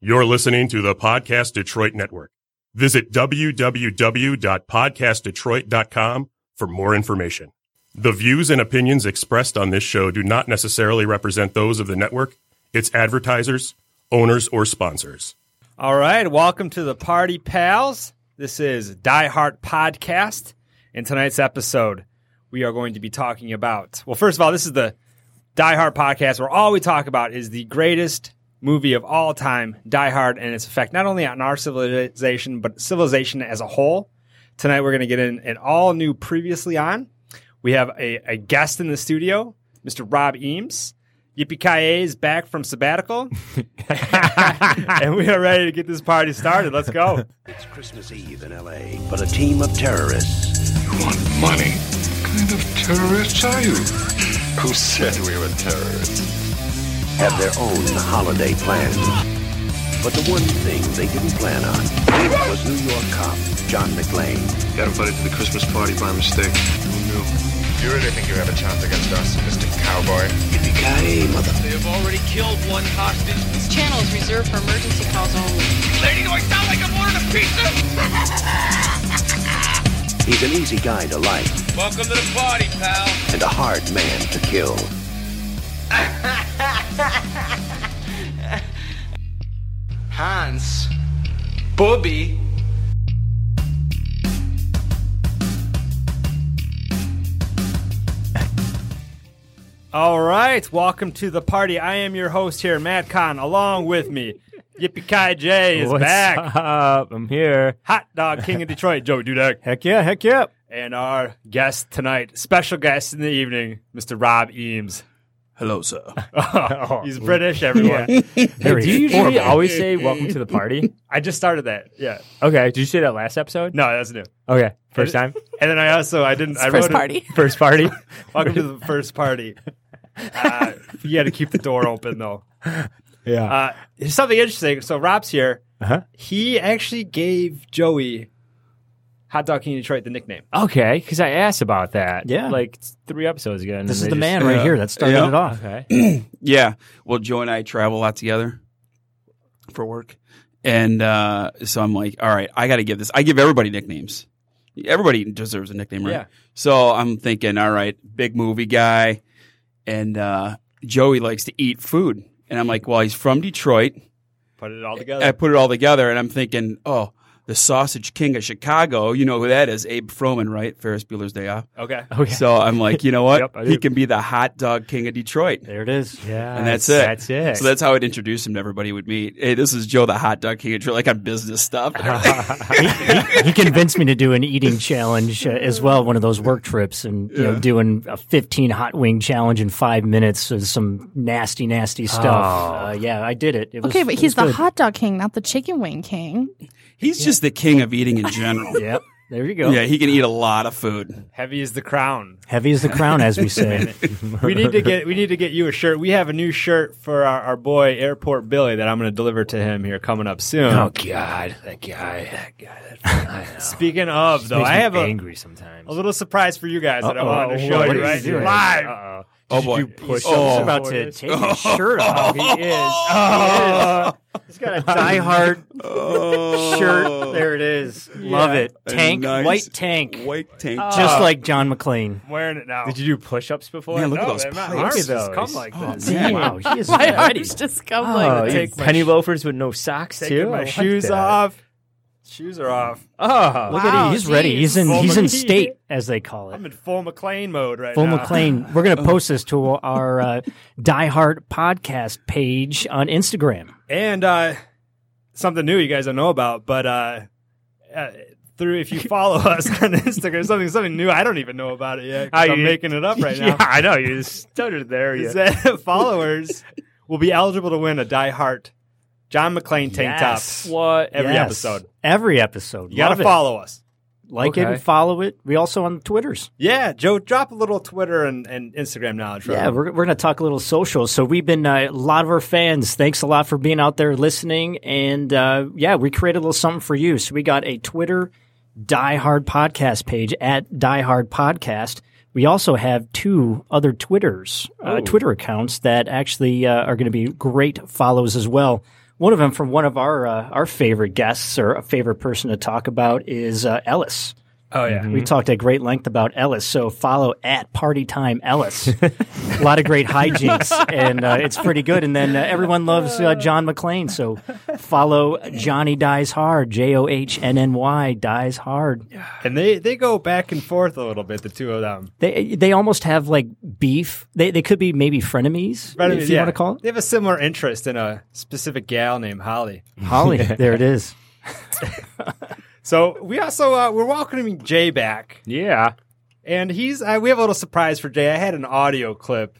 You're listening to the Podcast Detroit Network. Visit www.podcastdetroit.com for more information. The views and opinions expressed on this show do not necessarily represent those of the network, its advertisers, owners, or sponsors. All right, welcome to the party, pals. This is Die Hard Podcast. In tonight's episode, we are going to be talking about. Well, first of all, this is the Die Hard Podcast where all we talk about is the greatest movie of all time, Die Hard, and its effect not only on our civilization, but civilization as a whole. Tonight, we're going to get in an all new previously on. We have a, a guest in the studio, Mr. Rob Eames. Yippee Kaye is back from sabbatical, and we are ready to get this party started. Let's go. It's Christmas Eve in LA, but a team of terrorists want money. What kind of terrorists are you? Who said we were terrorists? have their own holiday plans. But the one thing they didn't plan on was New York cop John McClane. Got invited to the Christmas party by mistake. Who knew? You really think you have a chance against us, Mr. Cowboy? Yippee-ki-yay, mother. They have already killed one hostage. This channel is reserved for emergency calls only. Lady, do I sound like I'm ordering a pizza? He's an easy guy to like Welcome to the party, pal. and a hard man to kill. Hans, Bobby, All right, welcome to the party. I am your host here, Matt Kahn, along with me. Yippee Kai J is What's back. up? I'm here. Hot Dog King of Detroit, Joey Dudek. Heck yeah, heck yeah. And our guest tonight, special guest in the evening, Mr. Rob Eames. Oh, Hello, sir. He's British, everyone. Hey, do you usually always say welcome to the party? I just started that. Yeah. Okay. Did you say that last episode? No, that's new. Okay. First time? And then I also, I didn't, I wrote First it- party. First party? welcome to the first party. Uh, you got to keep the door open, though. yeah. Uh, here's something interesting. So Rob's here. Uh-huh. He actually gave Joey Hot Dog King Detroit the nickname. okay. Because I asked about that. Yeah. Like three episodes ago. and This they is the just- man right here that started Yeah. it off. Okay. Yeah. Well, Joe and I travel a lot together for work. And uh, so I'm like, all right, I got to give this. I give everybody nicknames. Everybody deserves a nickname, right? Yeah. So I'm thinking, all right, big movie guy. And uh, Joey likes to eat food. And I'm like, well, he's from Detroit. Put it all together. I put it all together and I'm thinking, oh, the sausage king of Chicago. You know who that is? Abe Froman, right? Ferris Bueller's Day Off. okay. Okay. So I'm like, you know what? Oh, Yep, I he do. can be the hot dog king of Detroit. There it is. yeah. And that's it. That's it. So that's how I'd introduce him to everybody would meet. Hey, this is Joe the hot dog king of Detroit, like on business stuff. he, he- he convinced me to do an eating challenge uh, as well, one of those work trips, and you know, doing a 15 hot wing challenge in five minutes of some nasty, nasty stuff. Oh. Uh, yeah, I did it. It was Okay, but it was he's the good. hot dog king, not the chicken wing king. He's just the king of eating in general. yeah. Yep. There you go. he can eat a lot of food. Heavy is the crown. Heavy as the crown, as we say. we need to get we need to get you a shirt. We have a new shirt for our, our boy Airport Billy that I'm going to deliver to him here coming up soon. God. That guy. That guy. Speaking of though, I have a, angry sometimes. a little surprise for you guys that I Uh-oh. wanted to show What is he you right here doing? live. Oh boy. push He's oh. about to take his shirt off. He is. He's got a diehard shirt. There it is. Love it. A Tank, Oh. nice white tank, White tank. just like John McClane. I'm wearing it now. Did you do push ups before? Man, look no, at those man, my pipes. arms Look at just come those. like Oh, this. man. Wow, he is My ready. arms just come Oh, like take my penny sh- loafers with no socks too. Taking I my like shoes that. off. Shoes are off. Oh, Look at Wow, him. He's ready. He's in. Full He's in McLean. state, as they call I'm it. in full McLean mode right Full now. McLean. We're going to post this to our uh, Die Hard podcast page on Instagram. And uh, something new you guys don't know about, but uh, uh, through if you follow us on Instagram, something something new I don't even know about it yet. 'cause Oh, I'm you- making it up right yeah, now. I know you stuttered there. You. Is that followers will be eligible to win a Die Hart John McClane tank Yes. top What? every Yes. episode. Every episode. You got Love to it. follow us. Like it Okay. and follow it. We also on Twitters. Yeah, Joe, drop a little Twitter and, and Instagram knowledge. Right? Yeah, we're, we're going to talk a little social. So we've been uh, a lot of our fans. Thanks a lot for being out there listening. And uh, yeah, we created a little something for you. So we got a Twitter Die Hard podcast page at Die Hard Podcast. We also have two other Twitters, uh, Twitter accounts that actually uh, are going to be great follows as well. One of them from one of our uh, our favorite guests or a favorite person to talk about is uh, Ellis. Oh yeah, Mm-hmm. we talked at great length about Ellis. So follow at Party Time Ellis. a lot of great hijinks, and uh, it's pretty good. And then uh, everyone loves uh, John McClane. So follow Johnny Dies Hard. J O H N N Y Dies Hard. And they they go back and forth a little bit, the two of them. They they almost have like beef. They they could be maybe frenemies. Right, if you yeah. want to call They have a similar interest in a specific gal named Holly. it Holly. there it is. So we also uh, we're welcoming Jay back, Yeah. and he's uh, we have a little surprise for Jay. I had an audio clip,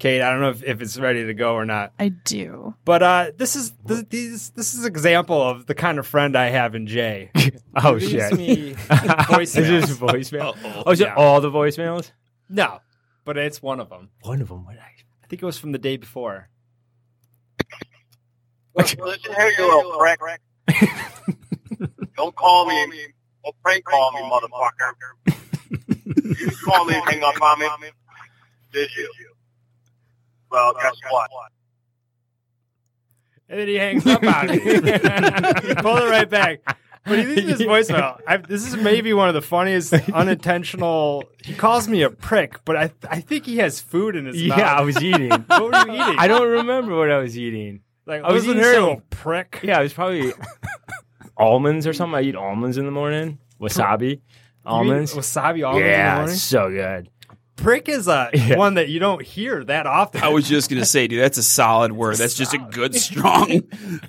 Kate. I don't know if, if it's ready to go or not, I do. but uh, this is this, these, this is an example of the kind of friend I have in Jay. Oh Leaves shit. me Is this voicemails. voicemail? Oh, is it Yeah. all the voicemails? No, but it's one of them. One of them. What I I think it was from the day before. Listen here, you little prick. Don't call me. Don't prank call me, motherfucker. you call me and hang up on me. Did you? Well, guess what? And then he hangs up on me. Pull it right back. But he leaves this voicemail. I, this is maybe one of the funniest unintentional. He calls me a prick, but I I think he has food in his Yeah, mouth. I was eating. What were you eating? I don't remember what I was eating. Like, I was listen eating here, you some- little prick. Yeah, it was probably almonds or something. I eat almonds in the morning. Wasabi. Almonds. You eat wasabi almonds. in the yeah, morning? so good. prick is a one that you don't hear that often. I was just gonna say, dude, that's a solid word. That's just a good, strong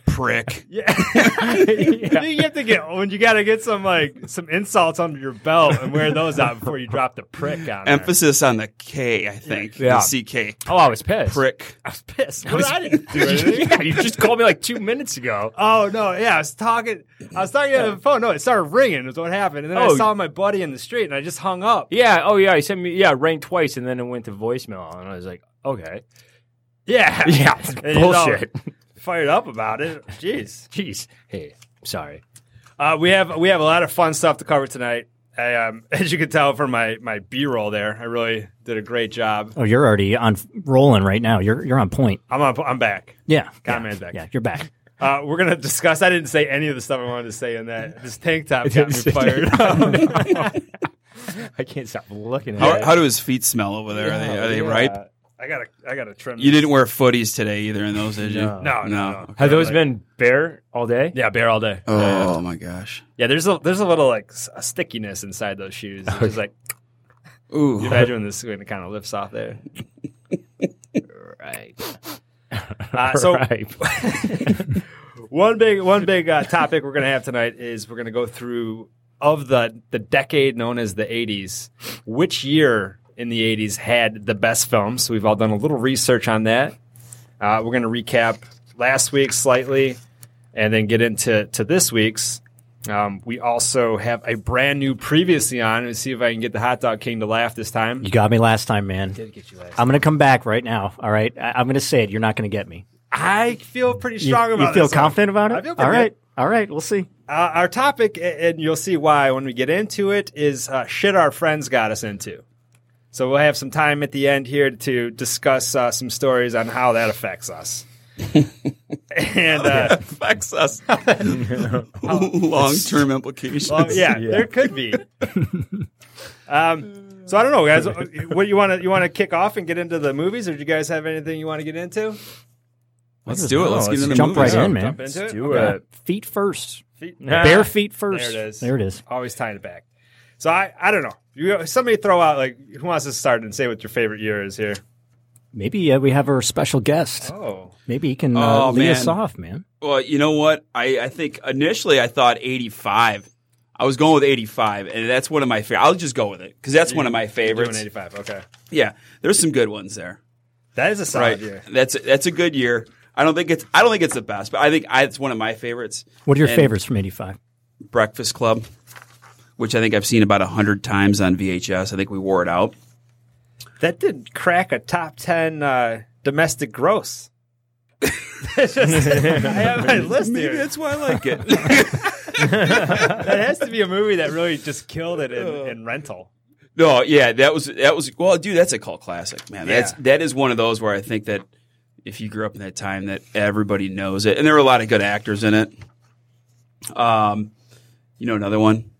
prick. Yeah. you have to get when you got to get some like some insults under your belt and wear those out before you drop the prick on. there. Emphasis on the K, I think. Yeah. The CK. Oh, I was pissed. Prick. I was pissed. What, I didn't do anything. yeah, you just called me like two minutes ago. Oh no! Yeah, I was talking. I was talking on the phone. No, it started ringing. Is what happened. And then I Oh. saw my buddy in the street, and I just hung up. Yeah. Oh, yeah. He sent me. Yeah, it rang twice, and then it went to voicemail, and I was like, okay. Yeah, Yeah, it's And he's all bullshit. fired up about it. Jeez. Jeez. Hey, sorry. Uh, we have we have a lot of fun stuff to cover tonight. I, um, as you can tell from my my B roll there, I really did a great job. Oh, you're already on rolling right now. You're you're on point. I'm on, I'm back. Yeah, Conrad's yeah, back. Yeah, you're back. Uh, we're gonna discuss. I didn't say any of the stuff I wanted to say in that. This tank top got me fired up. I can't stop looking at How, it. how do his feet smell over there? are they are they ripe? Uh, I gotta I gotta trim. You this. didn't wear footies today either in those, did you? No, no, no. Have those been bare all day? Yeah, bare all day. Oh my gosh. Yeah, there's a there's a little like s- a stickiness inside those shoes. It's just like Ooh. you imagine when this when it kind of lifts off there. right. Uh, so Right. one big one big uh, topic we're gonna have tonight is we're gonna go through of the the decade known as the 80s. Which year in the 80s had the best films? So we've all done a little research on that. Uh, we're gonna recap last week slightly, and then get into to this week's. Um, we also have a brand new previously on. Let's see if I can get the hot dog king to laugh this time. You got me last time, man. I'm gonna come back right now. All right, I- I'm gonna say it. You're not gonna get me. I feel pretty You, strong you about. feel this one. confident about it. I feel pretty all right, all right. We'll see. Uh, our topic, a- and you'll see why when we get into it, is uh, shit our friends got us into. So we'll have some time at the end here to discuss uh, some stories on how that affects us. and uh, affects us. Long term implications. well, yeah, there could be. Um, so I don't know, guys. What you want to you want to kick off and get into the movies, or do you guys have anything you want to get into? Let's do it. Let's get into the Jump right movies. in, Jump man. into it. Do Yeah. it. Feet first. Feet- Bare feet first. There it is. There it is. Always tying it back. So I, I don't know. You, somebody throw out like who wants to start and say what your favorite year is here. Maybe uh, we have our special guest. Oh, Maybe he can uh, Oh, lead us man. off, man. Well, you know what? I, I think initially I thought 85. I was going with 85, and that's one of my favorite. I'll just go with it because that's one of my doing favorites. eighty five. Okay, Yeah, there's some good ones there. that is a solid Right. year. That's that's a good year. I don't think it's I don't think it's the best, but I think I, it's one of my favorites. What are your And favorites from '85? Breakfast Club, which I think I've seen about hundred times on VHS. I think we wore it out. That did crack a top ten uh, domestic gross. It's just- I have my list Maybe here. that's why I like it. That has to be a movie that really just killed it in, in rental. no, yeah, that was that was well, dude, that's a cult classic, man. That's Yeah. that is one of those where I think that if you grew up in that time that everybody knows it. And there were a lot of good actors in it. Um, you know another one,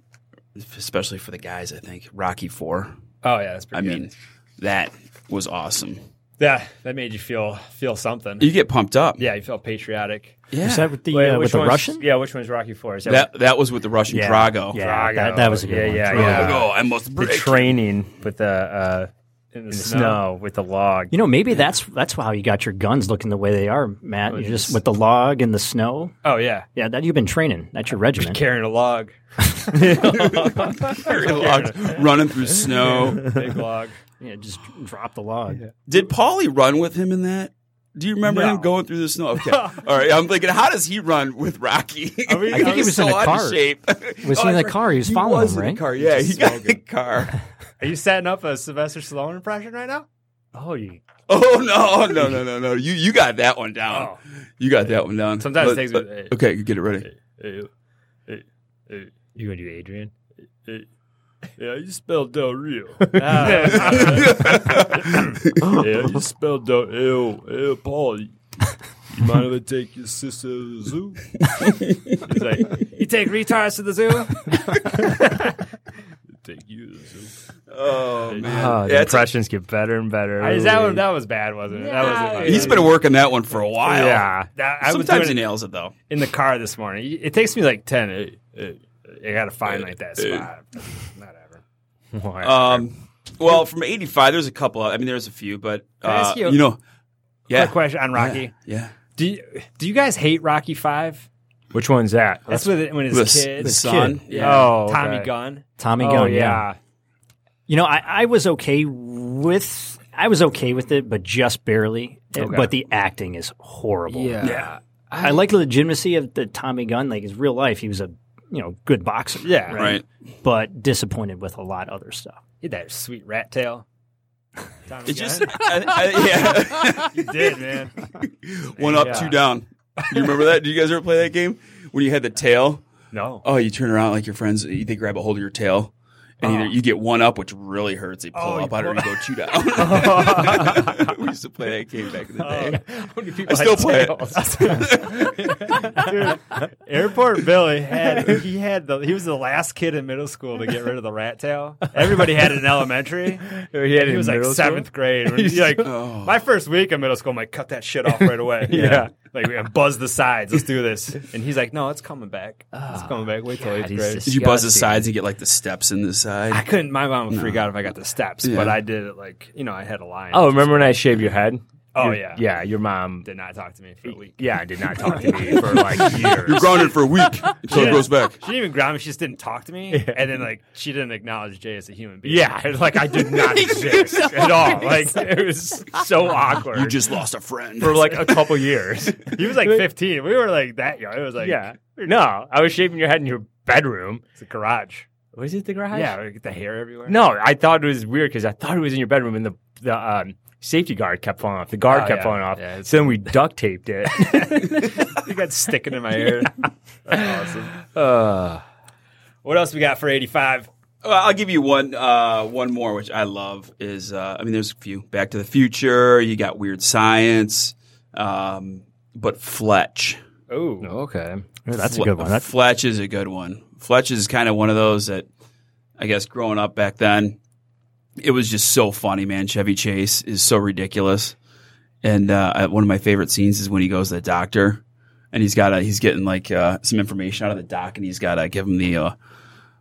especially for the guys. I think Rocky Four. Oh yeah, that's I pretty. good. mean, that was awesome. yeah, that made you feel feel something. You get pumped up. yeah, you felt patriotic. Yeah. Is that with the, Wait, uh, with which the one's- Russian? Yeah, which one's Rocky Four? Is that, That that was with the Russian Yeah. Drago. Yeah, Drago. that- that was a good yeah, one. Yeah, Drago, yeah. "Oh, I must break you. the training with the uh, in the, the snow. snow. with the log. You know, maybe that's that's how you got your guns looking the way they are, Matt. Oh, you yes. just with the log and the snow. Oh yeah, Yeah, that you've been training. That's your Just regiment. carrying a log, Carrying a log, running through snow. big log. Yeah, just drop the log. Did Paulie run with him in that? Do you remember No. him going through the snow? Okay, all right. I'm thinking, how does he run with Rocky? I think he was in so a out of car. shape. Was Oh, he in I a forgot- car? He was following was him, in a right? car. Yeah, Just he got smoking. the car. Are you setting up a Sylvester Stallone impression right now? Oh, you. Oh no, no, no, no, no! You you got that one down. Oh. You got that one down. Sometimes it Let- takes let- me- Okay, you get it ready. You gonna do Adrian? Yeah, you spelled Del Rio. yeah, you spelled the L L Paul. You mind if I take your sister to the zoo? He's like, you take retards to the zoo? take you to the zoo. Oh man, Oh, Yeah, the that's- impressions get better and better. that one, that was bad, wasn't it? That wasn't funny. He's been working that one for a while. Yeah, That- I was sometimes he doing it nails it though. In the car this morning, it takes me like ten. It, it, I gotta find like that spot. Whatever. Um, well, from '85, there's a couple. I mean, there's a few, but Can I uh, ask you a know, yeah. Quick question on Rocky. Yeah, yeah. Do you, do you guys hate Rocky Five? Which one's that? That's with it when his The s- kid, the son? Yeah. Oh, Tommy okay. Gunn. Tommy Oh, Gunn, yeah. You know, I, I was okay with I was okay with it, but just barely. Okay. But the acting is horrible. Yeah. Yeah. I, like the legitimacy of the Tommy Gunn. Like his real life, he was a you know good boxer. Yeah. Right. But disappointed with a lot of other stuff. He had that sweet rat tail. Tommy It's just- Gunn. I- I- yeah. you did, man. One up, Yeah. two down. You remember that? Do you guys ever play that game when you had the tail? No. Oh, you turn around like your friends. They grab a hold of your tail, and either you get one up, which really hurts. They pull Oh, you up on it, or Oh. you pull- go two down. we used to play that game back in the day. I still play it. Dude, Airport Billy had he had the he was the last kid in middle school to get rid of the rat tail. Everybody had it in elementary. He had it in was like middle school? seventh Oh. grade. When he, like my first week in middle school, I'm like, cut that shit off right away. Yeah. like we buzz the sides. Let's do this. And he's like, no, it's coming back. It's Oh, coming back. Wait till eighth grade. Did you buzz the sides and get like the steps in the side? I couldn't. My mom would freak out if I got the steps, Yeah. but I did it like you know I had a line. Oh, remember when I shaved your head? Oh, Your- yeah. yeah. Your mom did not talk to me for a week. Yeah, did not talk to me for like years. You're grounded for a week until Yeah. it grows back. She didn't even ground me. She just didn't talk to me, and then like she didn't acknowledge Jay as a human being. Yeah, like I did not exist at all. Like it was so awkward. You just lost a friend for like a couple years. he was like 15. We were like that young. It was like yeah, no, I was shaving your head in your bedroom. it's a garage. Was it the garage? Yeah, we get the hair everywhere. No, I thought it was weird because I thought it was in your bedroom, and the the um, safety guard kept falling off. The guard Oh, kept yeah. falling off. Yeah, it's- so then we duct taped it. it got sticking in my hair. That's awesome. uh, What else we got for 85? Well, I'll give you one uh, one more, which I love. Is uh, I mean, there's a few. Back to the Future. You got Weird Science, um, but Fletch. Oh, okay, that's a good one. That- Fletch is a good one. Fletch is kind of one of those that I guess growing up back then, it was just so funny, man. Chevy Chase is so ridiculous, and uh, I- one of my favorite scenes is when he goes to the doctor, and he's got a, he's getting like uh, some information out of the doc, and he's got to give him the uh,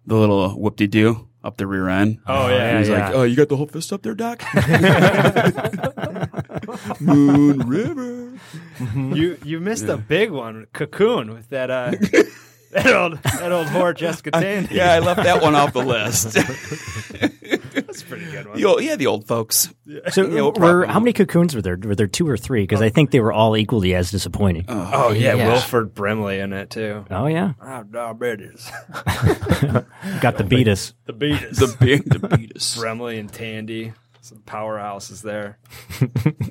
the little whoop de doo up the rear end. Oh, yeah, And he's yeah. like, oh, you got the whole fist up there, doc. Moon River. you you missed a big one, Cocoon, with that uh, that old that old whore Jessica Tandy. yeah, I left that one off the list. That's a pretty good one. The old, yeah, the old folks. So Yeah, we'll were probably- how many cocoons were there? Were there two or three? Because I think they were all equally as disappointing. Oh yeah, Wilford Brimley in it too. Oh, yeah. I have Ah, diabetes. Got the beatus. The Beatus. The be- the Beatus. Brimley and Tandy. Some powerhouses there.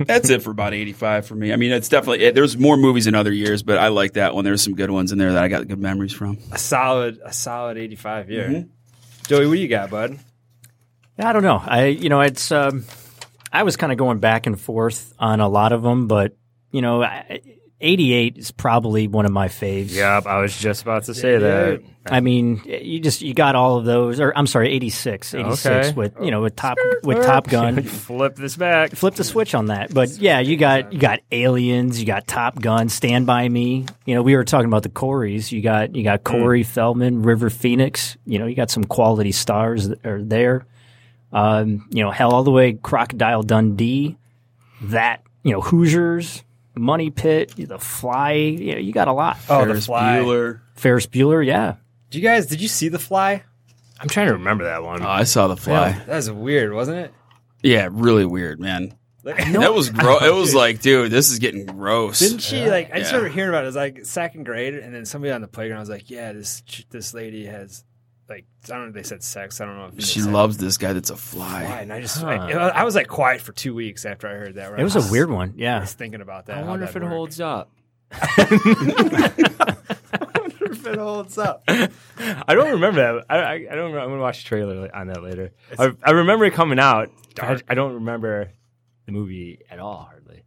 That's it for about 85 for me. I mean, it's definitely, it, there's more movies in other years, but I like that one. There's some good ones in there that I got good memories from. A solid a solid eighty five year. Mhm. Joey, what do you got, bud? I don't know. I you know it's um, I was kind of going back and forth on a lot of them, but you know, I- 88 is probably one of my faves. Yep, I was just about to say that. I mean, you just you got all of those, or I'm sorry, 86, 86 Okay. with you know with top with Top Gun. Flip this back. Flip the switch on that, but yeah, you got you got Aliens, you got Top Gun, Stand by Me. You know, we were talking about the Corys. You got you got Corey Feldman, River Phoenix. You know, you got some quality stars that are there. Um, you know, hell, all the way Crocodile Dundee, that you know Hoosiers, Money Pit, The Fly. You know, you got a lot. Oh, The Ferris Fly. Bueller. Ferris Bueller, yeah. Do you guys? Did you see the fly? I'm trying to remember that one. Oh, I saw the fly. Yeah, that was weird, wasn't it? Yeah, really weird, man. Like- that was gross. It was like, dude, this is getting gross. Didn't she like? I just Yeah. remember hearing about it. It was like second grade, and then somebody on the playground was like, "Yeah, this ch- this lady has like I don't know. if They said sex. I don't know if they She said loves this guy that's a fly. why." And I just Huh. I, I was like quiet for two weeks after I heard that. where It I was a weird one, yeah. I was thinking about that. I how wonder that if it worked. holds up. if it holds up. I don't remember that. I, I, I don't. Remember. I'm gonna watch a trailer li- on that later. I, I remember it coming out. I, I don't remember the movie at all, hardly.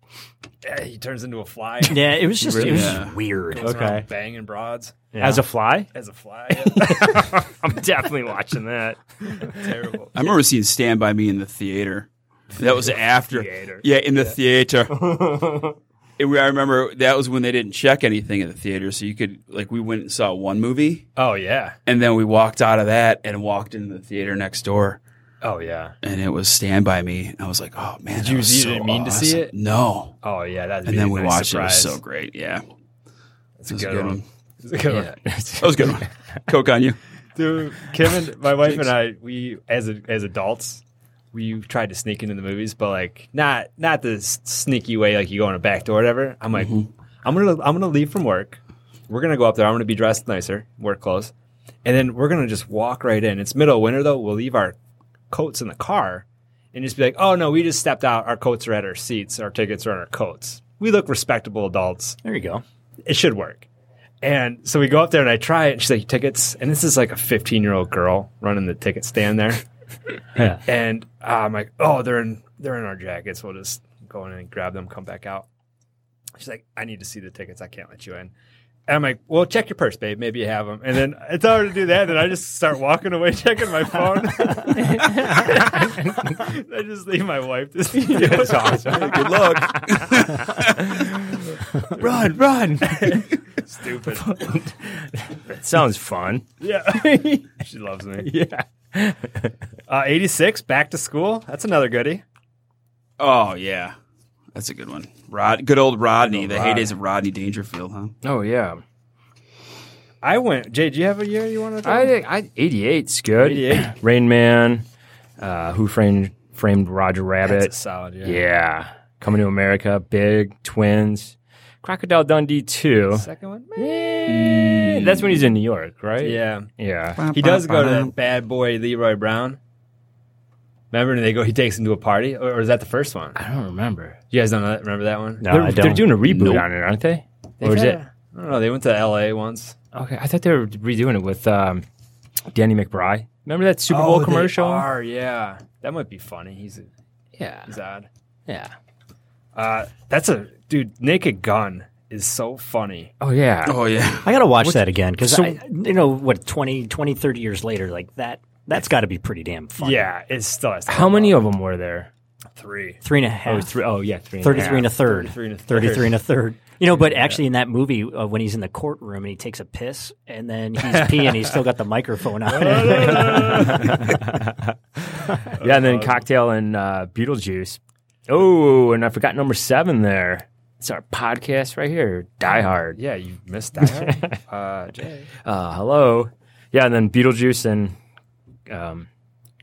Yeah, he turns into a fly. Yeah, it was just- it was just weird. Goes around Okay. banging broads As a fly? As a fly. yeah. I'm definitely watching that. Terrible. I remember seeing Stand By Me in the theater. That was after. Theater. Yeah, in the Yeah. theater. And we- I remember that was when they didn't check anything at the theater. So you could, like, we went and saw one movie. Oh, yeah. And then we walked out of that and walked into the theater next door. Oh yeah. And it was Stand By Me. And I was like, oh, man. Did that you, was you so didn't mean to see awesome. it? No. Oh yeah, that's. and then we watched it. It was so great. Yeah. That's a It was good one. It's a good one. that was a good one. Coke on you. Dude, Kim and my wife and I, we as a, as adults, we tried to sneak into the movies, but like not not the s- sneaky way like you go in a back door or whatever. I'm like, Mm-hmm. I'm gonna I'm gonna leave from work. We're gonna go up there. I'm gonna be dressed nicer, work clothes, and then we're gonna just walk right in. It's middle of winter though. We'll leave our coats in the car and just be like, oh no, we just stepped out. Our coats are at our seats. Our tickets are in our coats. We look respectable adults. There you go. It should work. And so we go up there and I try it. And she's like, tickets. And this is like a 15 year old girl running the ticket stand there. Yeah. And uh, I'm like, oh, they're in they're in our jackets. We'll just go in and grab them, come back out. She's like, I need to see the tickets. I can't let you in. And I'm like, well, check your purse, babe. Maybe you have them. And then I tell her to do that. And then I just start walking away, checking my phone. I just leave my wife to see. That's awesome. Good luck. Run, run. Stupid. That sounds fun. Yeah. she loves me. Yeah. Uh, 86, back to school. That's another goodie. Oh, yeah. That's a good one. Rod, Good old Rodney. Good the old heydays of Rodney Dangerfield, huh? Oh yeah. I went. Jay, do you have a year you want to? I, I 88's good. 88. Rain Man, uh, Who Framed Framed Roger Rabbit. That's a solid, yeah. Yeah. Coming to America, Big, Twins, Crocodile Dundee 2. Second one? Eh, That's when he's in New York, right? Yeah. Yeah. He does go to that bad boy Leroy Brown. Remember, and they go. He takes him to a party, or, or is that the first one? I don't remember. You guys don't know that, remember that one? No, They're- Uh, I don't. they're doing a reboot Nope. on it, aren't they? They've Or is had it- a- I don't know. They went to L.A. once. Okay. I thought they were redoing it with um, Danny McBride. Remember that Super Bowl Oh, they commercial? are, yeah, that might be funny. He's a, yeah, he's odd. Yeah, uh, that's a dude. Naked Gun is so funny. Oh yeah. Oh, yeah. I got to watch What's- that again cuz So- you know what 20 20 30 years later like that that's got to be pretty damn fun. Yeah, it still has How many of them were there? three. Three and a Oh, half. three- oh, yeah, three and a 33 and a half. third. 33 and a third. 33 and a third. You know, but actually in that movie uh, when he's in the courtroom and he takes a piss and then he's peeing he's still got the microphone on. yeah, and then cocktail and uh, Beetlejuice. Oh, and I forgot number seven there. It's our podcast right here, Die Hard. Yeah, you missed Die Hard. uh, Jay. Uh, hello. Yeah, and then Beetlejuice and um,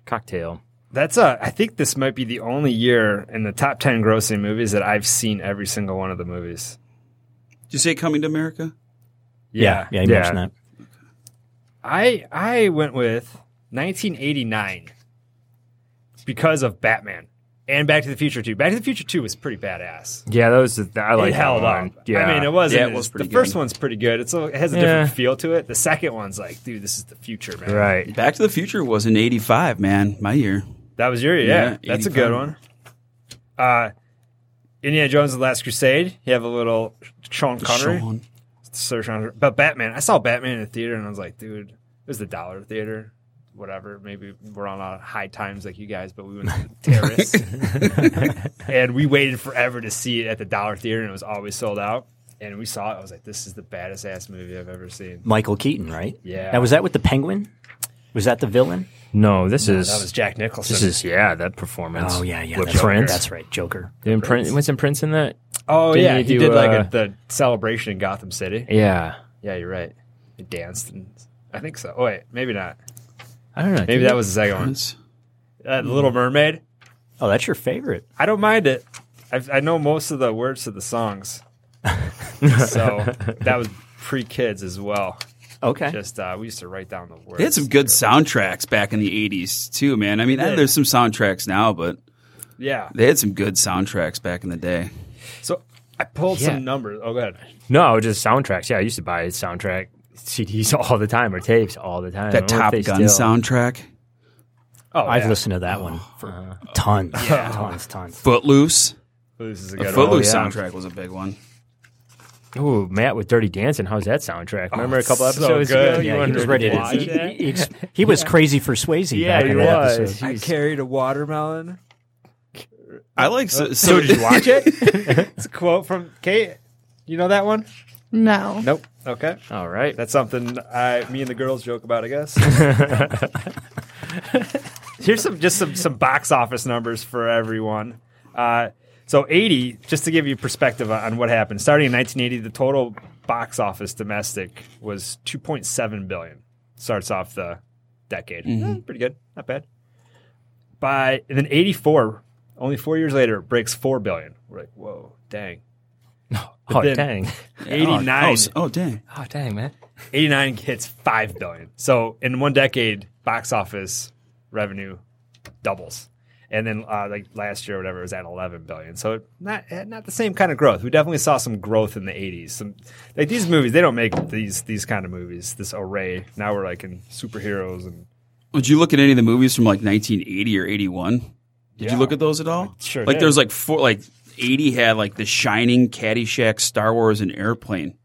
cocktail. That's a. I think this might be the only year in the top ten grossing movies that I've seen every single one of the movies. Did you say Coming to America? Yeah, yeah, you yeah. mentioned that. I I went with 1989 because of Batman and Back to the Future 2. Back to the Future 2 was pretty badass. Yeah, that was. The, I like it held that one. up. Yeah, I mean, it wasn't. Yeah, as- the first one's pretty good. It's a, it has a different Yeah. feel to it. The second one's like, dude, this is the future, man. Right. Back to the Future was in 85, man. My year. That was your yeah. that's a good one. Uh, Indiana Jones and the Last Crusade. You have a little Sean Connery. Sean. Sir Sean. Connery. But Batman, I saw Batman in the theater and I was like, dude, it was the dollar theater. Whatever. Maybe we're on a high times like you guys, but we went to the terrace. and we waited forever to see it at the dollar theater and it was always sold out. And we saw it. I was like, this is the baddest ass movie I've ever seen. Michael Keaton, right? Yeah. Now was that with the Penguin? Was that the villain? No, this No, is that was Jack Nicholson. This is yeah, that performance. Oh, yeah, yeah, With that's right, Prince, that's right, Joker. Didn't Prince, wasn't Prince in that? Oh Didn't yeah, he, do, did like uh, a, the celebration in Gotham City. Yeah. yeah, you're right. He danced, and I think so. Oh, wait, maybe not. I don't know. Maybe that was the second one. Uh, the Little Mermaid. Oh, that's your favorite. I don't mind it. i I know most of the words to the songs, so that was pre kids as well. Okay, just uh, we used to write down the words. They had some good soundtracks back in the '80s too, man. I mean, I know Yeah. there's some soundtracks now, but Yeah. they had some good soundtracks back in the day. So I pulled Yeah. some numbers. Oh, go ahead. No, just soundtracks. Yeah, I used to buy soundtrack CDs all the time or tapes all the time. I That don't know if Top they Gun still- soundtrack, Oh, I've listened to that one for Uh-huh. tons, Yeah. tons, tons. Footloose. Footloose is a The good one. Footloose Oh, yeah. soundtrack was a big one. Ooh, Matt with Dirty Dancing. How's that soundtrack? Oh, Remember a it's couple so episodes good. ago? Yeah, you he wanted was to ready to- watch he, that? he- ex- he was crazy for Swayze Yeah, back he in that was. episode. I carried a watermelon. I like so. So did you watch it? it's a quote from Kate. You know that one? No. Nope. Okay. All right. That's something I, me and the girls joke about, I guess. Here's some just some, some box office numbers for everyone. Uh, so 80, just to give you perspective on, on what happened. Starting in 1980, the total box office domestic was 2.7 billion. Starts off the decade, Eh, pretty good, not bad. By and then 84, only four years later, it breaks four billion. We're like, whoa, dang. But Oh, then dang. 89. Oh, s- oh, dang. Oh, dang, man. 89 hits 5 billion. So in one decade, box office revenue doubles. And then uh, like last year or whatever, it was at 11 billion. So not eh, not the same kind of growth. We definitely saw some growth in the 80s. Some like these movies, they don't make these these kind of movies, this array. Now we're like in superheroes and Would you look at any of the movies from like 1980 or 81? Did Yeah. you look at those at all? sure Like did. there's like four. Like 80 had like The Shining, Caddyshack, Star Wars, and Airplane.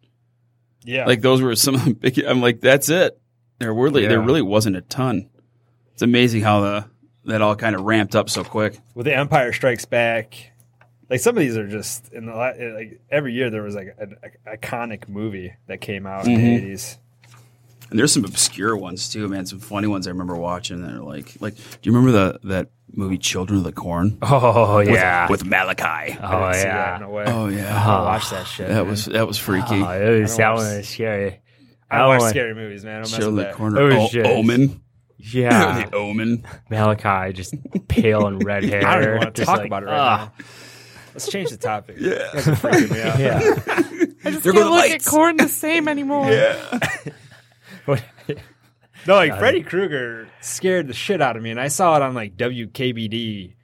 yeah. Like those were some of the big. I'm like, that's it. There really, there Yeah. really wasn't a ton. It's amazing how the that all kind of ramped up so quick. with the Empire Strikes Back. Like some of these are just in the la- like every year there was like an iconic movie that came out in Mhm. the 80s. And there's some obscure ones too, man. Some funny ones I remember watching that are like, like, do you remember the that movie Children of the Corn? Oh, With- yeah. Uh-huh. with, Malachi. oh, See yeah. that in a way. Oh yeah, I watched that shit. that man. was that was Oh, freaky. it was, I don't that watch- one was scary. Oh, I don't That watch one- scary movies, man. I don't mess Children with of the that. Corn, It o- was just- Omen, Yeah. the Omen. Malachi, just pale and red hair. I don't even want to just talk like, about it right ah. now. Let's change the topic. Yeah. I just There can't go look the lights. at corn the same anymore. What- No, like Freddy Krueger scared the shit out of me, and I saw it on like WKBD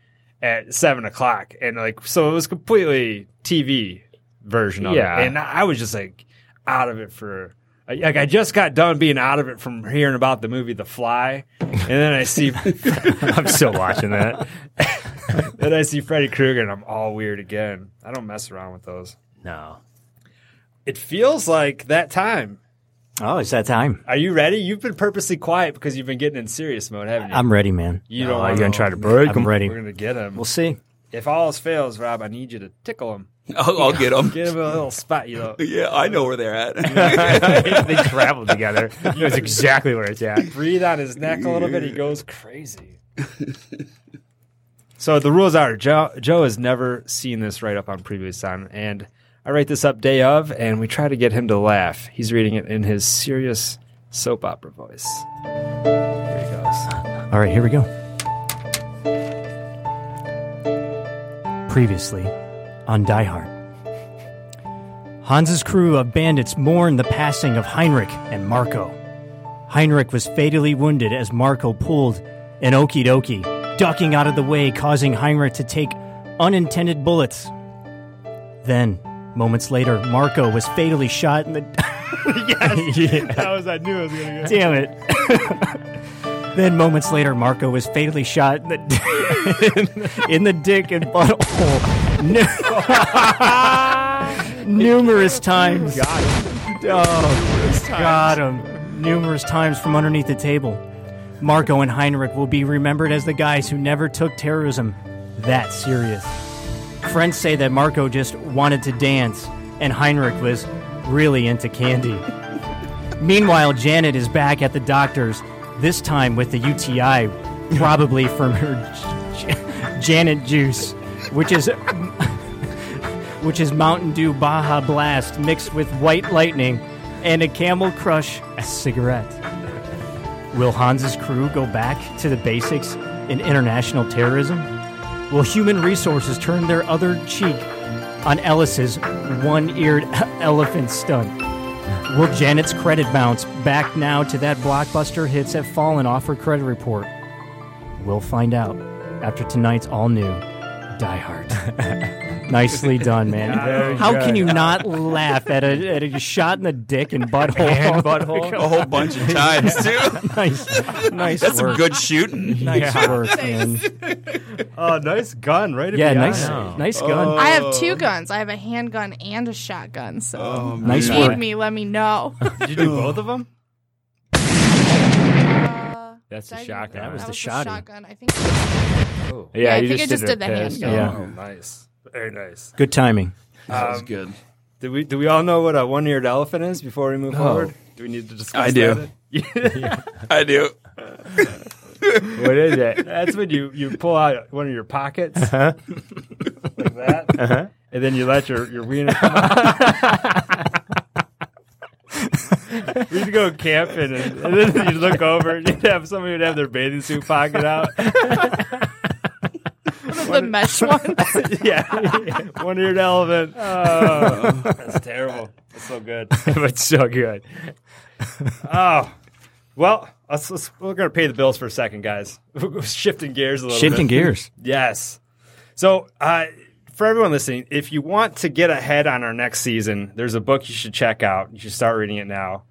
at seven o'clock, and like so it was completely TV version of Yeah. it, and I was just like out of it for like I just got done being out of it from hearing about the movie The Fly, and then I see I'm still watching that. then I see Freddy Krueger, and I'm all weird again. I don't mess around with those. No. It feels like that time. Oh, it's that time. Are you ready? You've been purposely quiet because you've been getting in serious mode, haven't you? I'm ready, man. you Oh, don't you're want going to try to break I'm him. ready. We're gonna get him. We'll see. If all else fails, Rob, I need you to tickle him. I'll, I'll get them. Give him a little spot, you know. Yeah, I know where they're at. they traveled together. That's exactly where it's at. Breathe on his neck a little bit. He goes crazy. so the rules are Joe, Joe has never seen this right up on previous time, and I write this up day of, and we try to get him to laugh. He's reading it in his serious soap opera voice. Here he goes. All right, here we go. Previously on Die Hard. Hans's crew of bandits mourn the passing of Heinrich and Marco. Heinrich was fatally wounded as Marco pulled an okie dokie, ducking out of the way, causing Heinrich to take unintended bullets. Then, moments later, Marco was fatally shot in the. That was I knew I was gonna Damn it. Then moments later, Marco was fatally shot in the, in the dick and butthole nu- numerous times. Got him. Oh, Numerous times. got him. Numerous times from underneath the table. Marco and Heinrich will be remembered as the guys who never took terrorism that serious. Friends say that Marco just wanted to dance, and Heinrich was really into candy. Meanwhile, Janet is back at the doctor's, this time with the UTI, probably from her J- J- Janet juice, which is which is Mountain Dew Baja Blast mixed with White Lightning and a Camel Crush cigarette. Will Hans's crew go back to the basics in international terrorism? Will human resources turn their other cheek on Ellis's one-eared elephant stunt? Will Janet's credit bounce back now to that blockbuster hits have fallen off her credit report? We'll find out after tonight's all new Die Hard. Nicely done, man. Very How can good. you not laugh at a, at a shot in the dick and butthole? And butthole. A whole bunch of times, too. nice, nice. That's some work. good shooting. Nice Yeah. work, man. Oh, nice gun, right? Yeah, behind nice- you. nice gun. I have two guns. I have a handgun and a shotgun. So Oh, Nice nice need work. me. Let me know. Did you do both of them? That's Did I the do- shotgun. That was the shotty. shotgun. I think. Yeah, Yeah, I you think just I just did did the the pissed. Yeah. handgun. Oh, nice. Very nice. Good timing. That was good. Do we do we all know what a one eared elephant is before we move No. forward? Do we need to discuss? I do. That? I do. what is it? That's when you, you pull out one of your pockets Uh-huh. like that, Uh-huh. and then you let your your wiener. Come out. we would go camping, and, and then you'd look over, and you'd have somebody would have their bathing suit pocket out. the mesh one. yeah, one eared elephant. Oh, that's terrible. That's so good. but so good. Oh, well, let's, let's, we're going to pay the bills for a second, guys. Shifting gears a little Shifting bit. gears. yes. So, uh, for everyone listening, if you want to get ahead on our next season, there's a book you should check out. You should start reading it now.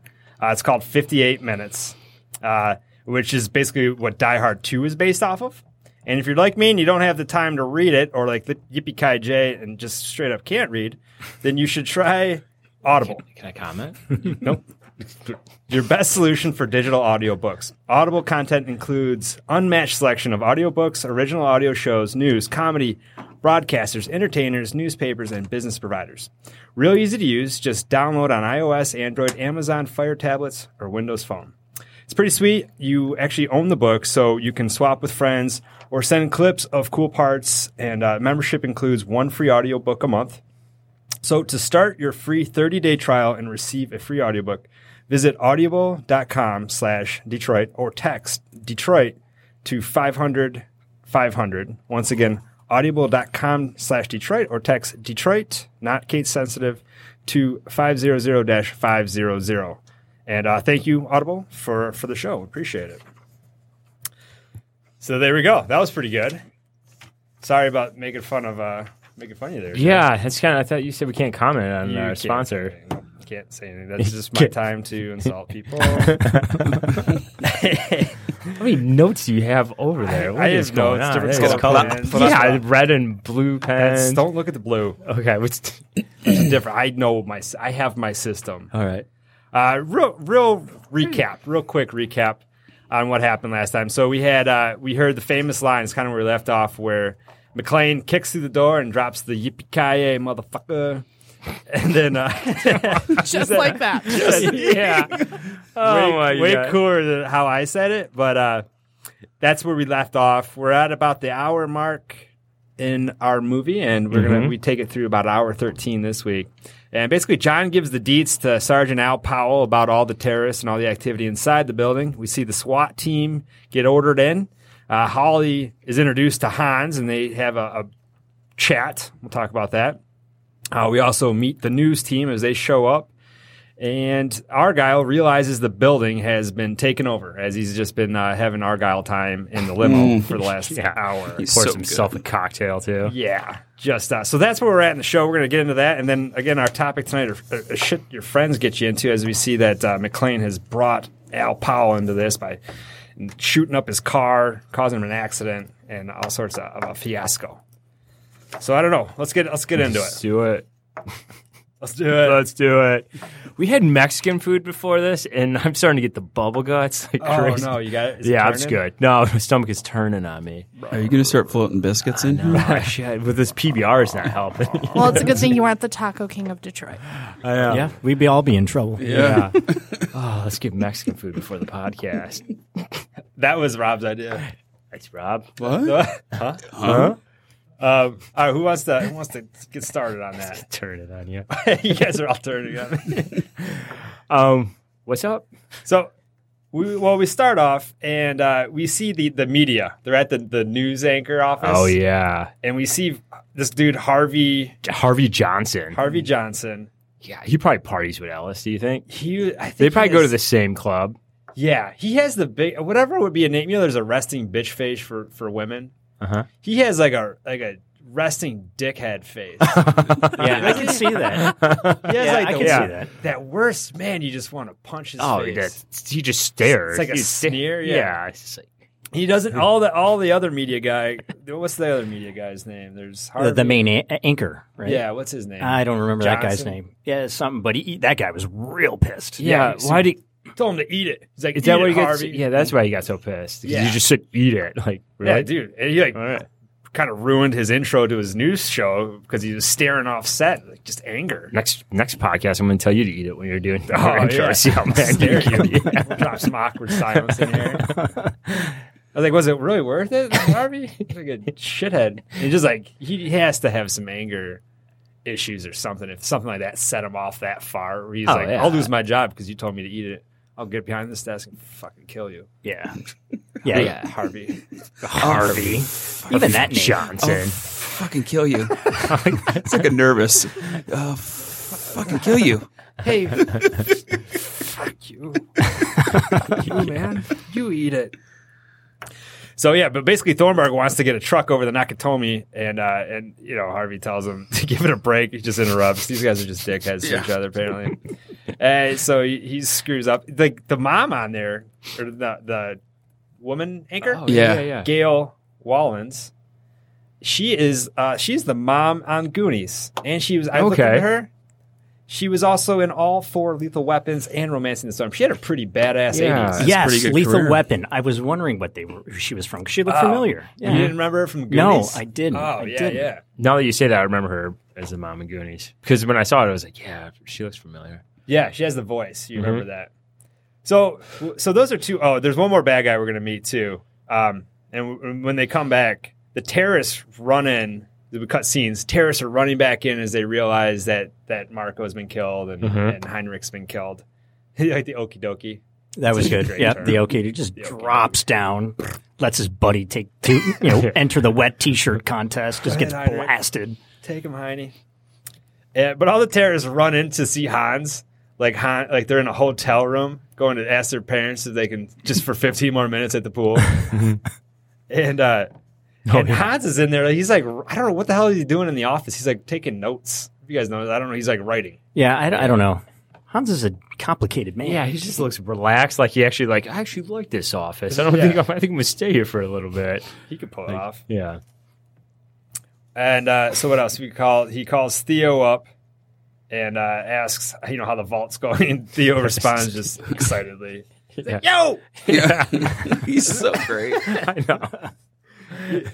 Uh, it's called 58 Minutes, uh, which is basically what Die Hard 2 is based off of. And if you're like me and you don't have the time to read it, or like the Yippee Kai J and just straight up can't read, then you should try Audible. Can I comment? Nope. Your best solution for digital audiobooks. Audible content includes unmatched selection of audiobooks, original audio shows, news, comedy, broadcasters, entertainers, newspapers, and business providers. Real easy to use. Just download on iOS, Android, Amazon Fire tablets, or Windows Phone. It's pretty sweet. You actually own the book, so you can swap with friends or send clips of cool parts. And uh, membership includes one free audiobook a month. So to start your free 30-day trial and receive a free audiobook, visit audible.com slash Detroit or text Detroit to 500 500. Once again, audible.com slash Detroit or text Detroit, not case sensitive, to 500-500. And uh, thank you, Audible, for, for the show. Appreciate it. So there we go. That was pretty good. Sorry about making fun of uh, making fun of you there. Chase. Yeah, that's kind of. I thought you said we can't comment on You our can't sponsor. say anything. Can't say anything. That's just my time to insult people. How many notes do you have over there? What I have is going notes, on? different There you color go. pens. Yeah, red and blue That's- pens. don't look at the blue. Okay, what's It's different. I know my. s- I have my system. all right? Uh, real, real recap. Real quick recap on what happened last time. So we had uh, we heard the famous lines, kind of where we left off, where McLean kicks through the door and drops the yippee ki motherfucker, and then uh, Just like that. yeah. Oh way, my way God. cooler than how I said it, but uh, that's where we left off. We're at about the hour mark in our movie, and we're gonna Mhm. we take it through about hour thirteen this week. And basically, John gives the deets to Sergeant Al Powell about all the terrorists and all the activity inside the building. We see the SWAT team get ordered in. Uh, Holly is introduced to Hans, and they have a, a chat. We'll talk about that. Uh, we also meet the news team as they show up. And Argyle realizes the building has been taken over as he's just been uh, having Argyle time in the Hmm. limo for the last hour. He He's pours so himself a cocktail too. Yeah, just us. So that's where we're at in the show. We're going to get into that, and then again, our topic tonight are, are shit uh, your friends get you into, as we see that uh, McLean has brought Al Powell into this by and shooting up his car, causing him an accident, and all sorts of, of a fiasco. So I don't know. Let's get let's get into it. Let's do it. Let's do it. Let's do it. We had Mexican food before this, and I'm starting to get the bubble guts. Like Oh, crazy. no, you got it? Is it yeah, it's turning? good. No, my stomach is turning on me. Oh, Are you going to start floating biscuits in here? I should, but this PBR is not helping. Well, it's a good thing you aren't the Taco King of Detroit. Yeah, we'd be all be in trouble. Yeah. oh, let's get Mexican food before the podcast. That was Rob's idea. Thanks, Rob. What? huh? Huh? Um, all right, who wants to who wants to get started on that? Turn it on you. you guys are all turning on me. um, what's up? So, we, well, we start off and uh, we see the the media. They're at the the news anchor office. Oh yeah, and we see this dude Harvey Harvey Johnson. Harvey Johnson. Yeah, he probably parties with Ellis. Do you think? He, I think They probably he go to has- the same club. Yeah, he has the big whatever would be a name. You know, there's a resting bitch face for for women. Uh huh. He has like a like a resting dickhead face. Yeah, I can see that. He has Yeah, like I the- can see that. That worst man, you just want to punch his Oh, face. that, he just stares. It's like a He sta- sneer, yeah. it's just like, He doesn't all the all the other media guy. What's the other media guy's name? There's Harvey. The, the main a- anchor, right? Yeah, what's his name? I don't remember that guy's Johnson? name. Yeah, something. But he, that guy was real pissed. yeah. you why did? Told him to eat it. He's like, Is eat that it, why he got? Harvey. Yeah, that's why he got so pissed. 'Cause Yeah. He just said, "Eat it." Like, really? Yeah, dude. And he like kind of ruined his intro to his news show because he was staring off set, like just anger. Next next podcast, I'm going to tell you to eat it when you're doing your Oh, intro. yeah. See how mad you Stare at get. you. Yeah. We'll drop some awkward silence in here. I was like, was it really worth it, Harvey? He's like a shithead. And just like he has to have some anger issues or something. If something like that set him off that far, where he's Oh, like, yeah. I'll lose my job because you told me to eat it. I'll get behind this desk and fucking kill you. Yeah. Yeah. yeah. Harvey. Harvey. Even that name. Oh, Johnson. fucking kill you. it's like a nervous. Uh, f- fucking kill you. Hey, fuck you. you, man. You eat it. So yeah, but basically Thornburg wants to get a truck over the Nakatomi, and uh, and you know Harvey tells him to give it a break. He just interrupts. These guys are just dickheads to each other apparently. and so he, he screws up. The the mom on there, or the the woman anchor, Oh, Yeah. yeah, yeah. Gail Wallens. She is uh, she's the mom on Goonies, and she was I looked Okay. at her. She was also in all four Lethal Weapons and Romancing the Storm. She had a pretty badass Yeah. 80s. That's a pretty yes, good Lethal career. Weapon. I was wondering what they were. Who she was from. 'cause She looked Oh, familiar. You Yeah. didn't remember her from No, Goonies? I didn't. Oh, I yeah, didn't. yeah. Now that you say that, I remember her as the mom in Goonies because when I saw it, I was like, "Yeah, she looks familiar." Mm-hmm. Yeah, she has the voice. You remember that. So, so those are two oh there's one more bad guy we're going to meet too. Um, and w- when they come back, the terrorists run in. We cut scenes. Terrorists are running back in as they realize that that Marco has been killed and, Mhm. and Heinrich's been killed. like the okie dokie. That was Such a good. great Yeah, term. the okay dude just The okay drops down, lets his buddy take two, you know, Yeah. enter the wet t-shirt contest, just Go gets ahead, Heinrich. blasted. Take him, Heine. Yeah, but all the terrorists run in to see Hans. Like Han, like they're in a hotel room going to ask their parents if they can just for 15 more minutes at the pool. and uh, and Hans is in there. He's like, I don't know what the hell is he doing in the office. He's like taking notes. If you guys know, I don't know. He's like writing. Yeah, I, I don't know. Hans is a complicated man. Yeah, he just looks relaxed, like he actually like I actually like this office. I don't think Yeah. I'm, I think I'm gonna stay here for a little bit. He could pull it off. Yeah, And uh, so what else? We call he calls Theo up and uh, asks, you know, how the vault's going. And Theo responds just excitedly. He's like, Yo, Yeah. He's so great. I know.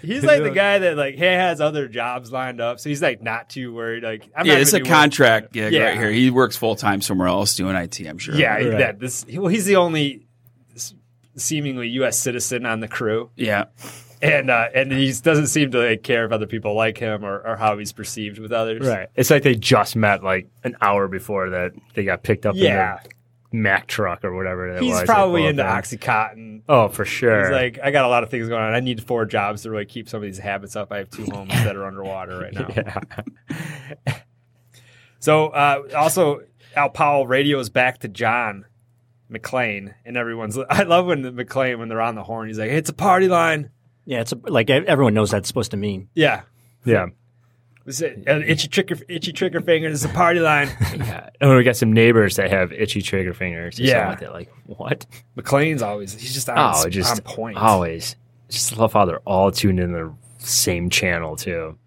He's like the guy that like he has other jobs lined up, so he's like not too worried. Like I'm yeah, not it's a gonna be worried. contract gig Yeah. right here. He works full time somewhere else doing IT, I'm sure. Yeah, Right. that this well, he's the only s- seemingly U.S. citizen on the crew, Yeah. and uh, and he doesn't seem to like, care if other people like him or, or how he's perceived with others. Right. It's like they just met like an hour before that they got picked up Yeah. in the Mack truck or whatever. That He's was they probably pulled into in. OxyContin. Oh, for sure. He's like, I got a lot of things going on. I need four jobs to really keep some of these habits up. I have two homes that are underwater right now. yeah. So uh, also, Al Powell radios back to John McClain, and everyone's. I love when the McClain when they're on the horn. He's like, "It's a party line." Yeah, it's a, like e- everyone knows that's supposed to mean. Yeah, yeah. It's This is an itchy trigger, itchy trigger finger. This is a party line. yeah. And we got some neighbors that have itchy trigger fingers. Or Yeah. yeah. Something like that. Like, what? McLean's always he's just on, oh, s- just oh, on point. Always. Just love how they're all tuned in the same channel, too.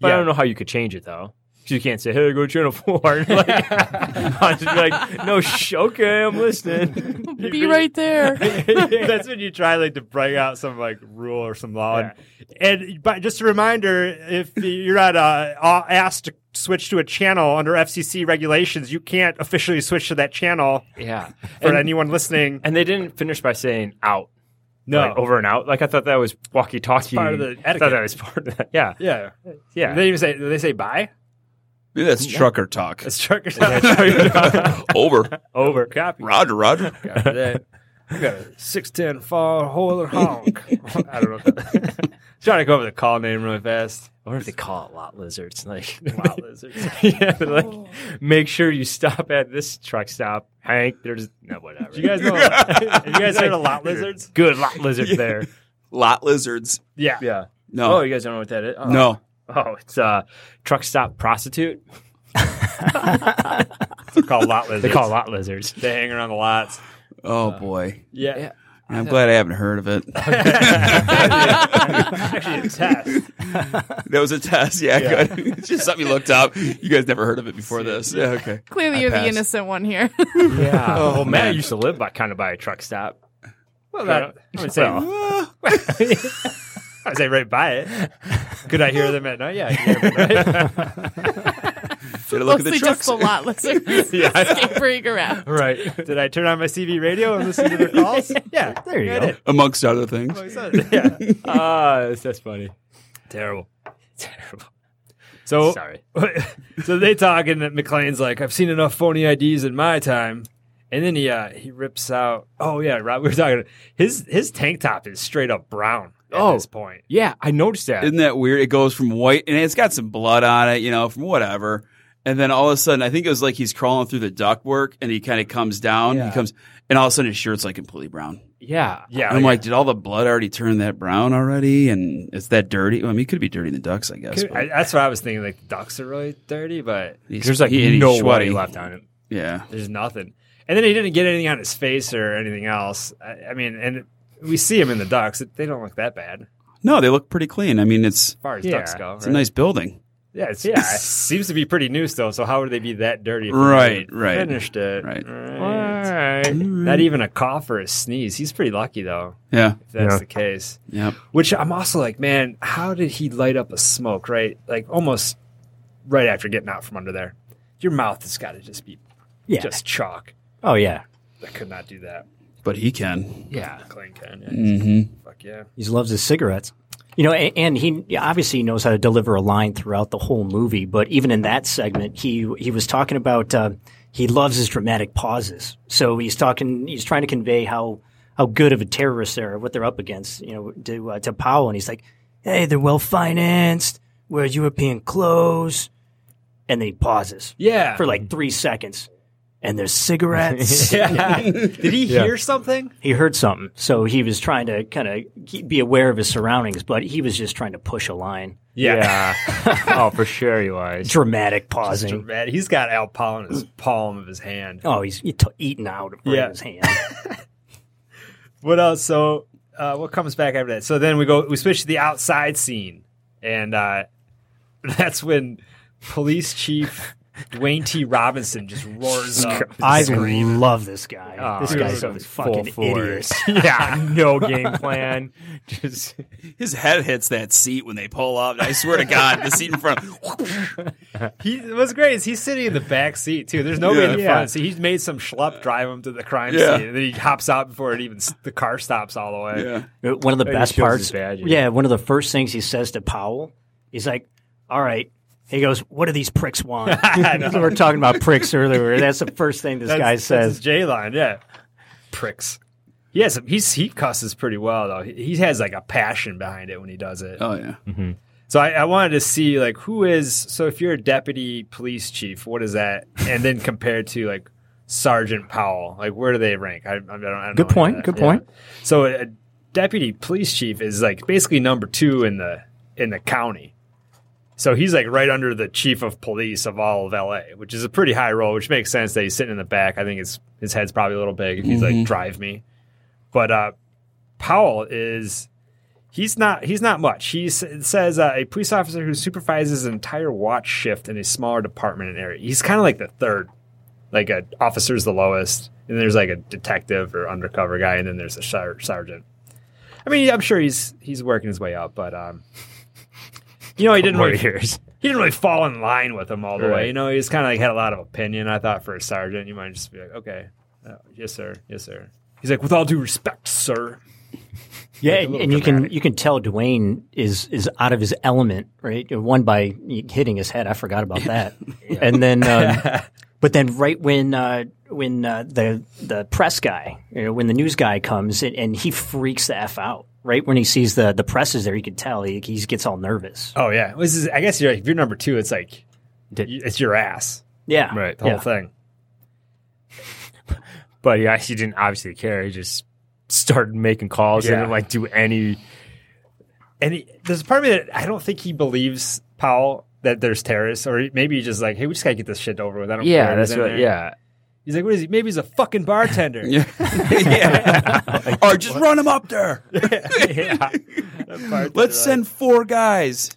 But I Yeah. don't know how you could change it, though. 'Cause You can't say, hey, go to channel four. Like, I'll just be like, no, sh- okay, I'm listening. Be right there. That's when you try like to bring out some like rule or some law. And, and but just a reminder, if you're not uh, a- asked to switch to a channel under FCC regulations, you can't officially switch to that channel. Yeah. For And- anyone listening, and they didn't finish by saying out. No. Like, over and out. Like I thought that was walkie talkie. part of the I etiquette. thought that was part of that. Yeah. Yeah, Yeah. They even say they say bye. Maybe that's trucker talk. That's trucker Over. Over. Copy. Roger, Roger. I got a six ten fall hauler honk. I don't know. Trying to go over the call name really fast. I wonder if they call it lot lizards. Like Lot lizards. yeah, they're like make sure you stop at this truck stop, Hank. There's no whatever. You guys know- have you guys heard of lot lizards? Good lot lizards there. Lot lizards. Yeah. Yeah. No. Oh, you guys don't know what that is? Oh. No. Oh, it's uh, truck stop prostitute. They're called lot lizards. They call it lot lizards. They hang around the lots. Oh boy. yeah. Yeah. I'm glad I haven't heard of it. Actually, it's a test. That was a test. Yeah, Yeah. good. it's just something you looked up. You guys never heard of it before this. Yeah, okay. Clearly, I you're the passed. innocent one here. Yeah. Oh, well, man. Matt used to live by kind of by a truck stop. Well, that- I would say. I would say right by it. Could I hear them at night? Yeah. I could hear them at night. Should I look at the Mostly trucks? just the lot lizards Yeah. scampering around. right. Did I turn on my CV radio and listen to their calls? Yeah. There you I go. did. Amongst other things. Yeah. Ah, that's, that's funny. Terrible. Terrible. So Sorry. so they talk, and McLean's like, "I've seen enough phony IDs in my time." And then he uh, he rips out. Oh yeah, Rob, we were talking. His his tank top is straight up brown at Oh. this point. Yeah, I noticed that. Isn't that weird? It goes from white and it's got some blood on it, you know, from whatever. And then all of a sudden, I think it was like he's crawling through the ductwork and he kind of comes down. He comes, and all of a sudden his shirt's like completely brown. yeah. Yeah, And I'm like, did all the blood already turn that brown already? And it's that dirty? Well, I mean, it could be dirty in the ducks, I guess. Could- but I- that's what I was thinking. Like the ducks are really dirty, but he's- There's like he- and he's no sweaty. sweaty left on it. Yeah. there's nothing. And then he didn't get anything on his face or anything else. I, I mean, and we see him in the ducks. They don't look that bad as No, they look pretty clean. I mean, it's far as Yeah. ducks go. it's a right? nice building. Yeah, it's, yeah, it seems to be pretty new still. So how would they be that dirty? If they Right, haven't right, Finished it. right. Not even a cough or a sneeze. He's pretty lucky though, Yeah. if that's Yeah. the case. Yep. Which I'm also like, man, how did he light up a smoke? Right, like almost right after getting out from under there. Your mouth has got to just be Yeah. just chalk. oh yeah. I could not do that. But he can. Yeah, Clean can. Yeah, Mm-hmm. Fuck yeah. He loves his cigarettes. You know, and, and he yeah, obviously knows how to deliver a line throughout the whole movie. But even in that segment, he he was talking about uh, he loves his dramatic pauses. So he's talking, he's trying to convey how how good of a terrorist they are, what they're up against. You know, to uh, to Powell, and he's like, "Hey, they're well financed, wear European clothes," and then he pauses Yeah. for like three seconds, and there's cigarettes. yeah. did he hear something? he heard something, so he was trying to kind of be aware of his surroundings, but he was just trying to push a line. Yeah. oh, for sure he was. Dramatic Just pausing. dramatic. He's got Al Paul in his palm of his hand. oh, he's he t- eating out of Yeah. his hand. What else? So, uh, what comes back after that? So then we go, we switch to the outside scene, and uh, that's when police chief Dwayne T. Robinson just roars up. I love this guy. Oh, this he guy's was a in fucking full idiot. force. yeah, no game plan. Just His head hits that seat when they pull up. and I swear to God, the seat in front. He, what's great is he's sitting in the back seat too. There's nobody in the Yeah. front seat. He's made some schlep drive him to the crime Yeah. scene, and then he hops out before it even s- the car stops all the way. Yeah. Uh, One of the he best shows parts. his badge. Yeah, one of the first things he says to Powell, he's like, "All right." He goes, "What do these pricks want?" we were talking about pricks earlier. That's the first thing this That's- guy that's says. his J line, yeah. Pricks. He has some, he's, he cusses pretty well though. He, he has like a passion behind it when he does it. Oh yeah. So I, I wanted to see like who is so if you're a deputy police chief, what is that? And then compared to like Sergeant Powell, like where do they rank? I, I don't. I don't Good know point, that. good point. So a, a deputy police chief is like basically number two in the in the county. So he's like right under the chief of police of all of LA, which is a pretty high role, which makes sense that he's sitting in the back. I think his his head's probably a little big if he's Mm-hmm. Mhm. like drive me. But uh, Powell is he's not he's not much. He s- says uh, a police officer who supervises an entire watch shift in a smaller department and area. He's kind of like the third, like a officer's the lowest, and there's like a detective or undercover guy, and then there's a ser- sergeant. I mean, I'm sure he's he's working his way up, but um, you know, he didn't really Warriors. he didn't really fall in line with him all the way. Right. You know, he's kind of like had a lot of opinion. I thought for a sergeant, you might just be like, okay, uh, yes sir, yes sir. He's like, with all due respect, sir. Yeah, Like a and, little and you can you can tell Dwayne is is out of his element, right? One by hitting his head. I forgot about that. And then, um, but then right when uh, when uh, the the press guy, you know, when the news guy comes and, and he freaks the f out. Right when he sees the the press is there, you can tell he, he gets all nervous. Oh yeah, this is. I guess you're if you're number two, it's like y- it's your ass. Yeah. right. The Yeah. whole thing. but he actually didn't obviously care. He just started making calls. He Yeah. didn't like do any. And he, there's a part of me that I don't think he believes Powell that there's terrorists, or he- maybe he's just like, hey, we just gotta get this shit over with. I don't Yeah, care. that's who's in what- there. yeah. He's like, what is he? Maybe he's a fucking bartender. yeah. or just run him up there. Let's send four guys.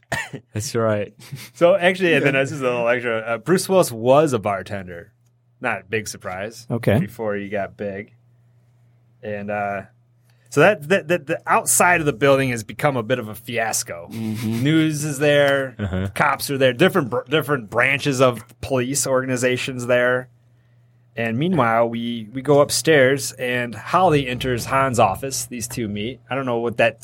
That's right. So actually, and then this is a little extra. Uh, Bruce Willis was a bartender. Not a big surprise. Okay. Before he got big, and uh, so that, that, that the outside of the building has become a bit of a fiasco. News is there, Uh-huh. cops are there, different br- different branches of police organizations there. And meanwhile, we we go upstairs, and Holly enters Han's office. These two meet. I don't know what that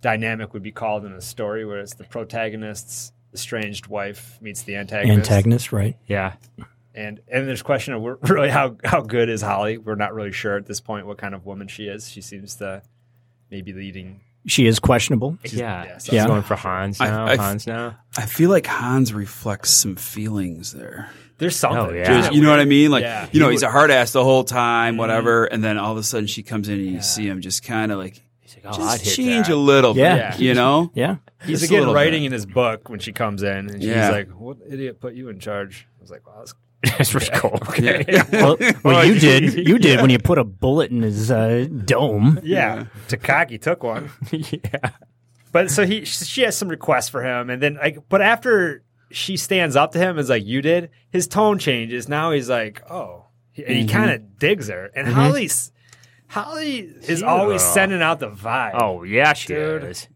dynamic would be called in a story where it's the protagonist's estranged wife meets the antagonist. Antagonist, right? Yeah. And and there's question of we're- really how how good is Holly? We're not really sure at this point what kind of woman she is. She seems to maybe leading. She is questionable. Yeah. so- She's going for Hans now. Hans now. I feel like Hans reflects some feelings there. There's something. Oh, yeah. Just- you know what I mean? Like, Yeah. you know, he's a hard ass the whole time, whatever. And then all of a sudden she comes in and you see him just kind of like, "Oh, just I'd hit change that." a little Yeah. bit, you know? Yeah. He's Just a again little writing in his book when she comes in, and she's Yeah. like, "What idiot put you in charge?" I was like, "Wow, that's, that's pretty cool." Okay. well, well, you did. You did Oh, Yeah. when you put a bullet in his uh, dome. Yeah, Takagi took one. yeah, but so he she has some requests for him, and then like, but after she stands up to him and is like, "You did," his tone changes. Now he's like, "Oh," and he Mhm. kind of digs her, and Mhm. Holly's Holly is always Yeah. sending out the vibe. Oh yeah, she Dude. is.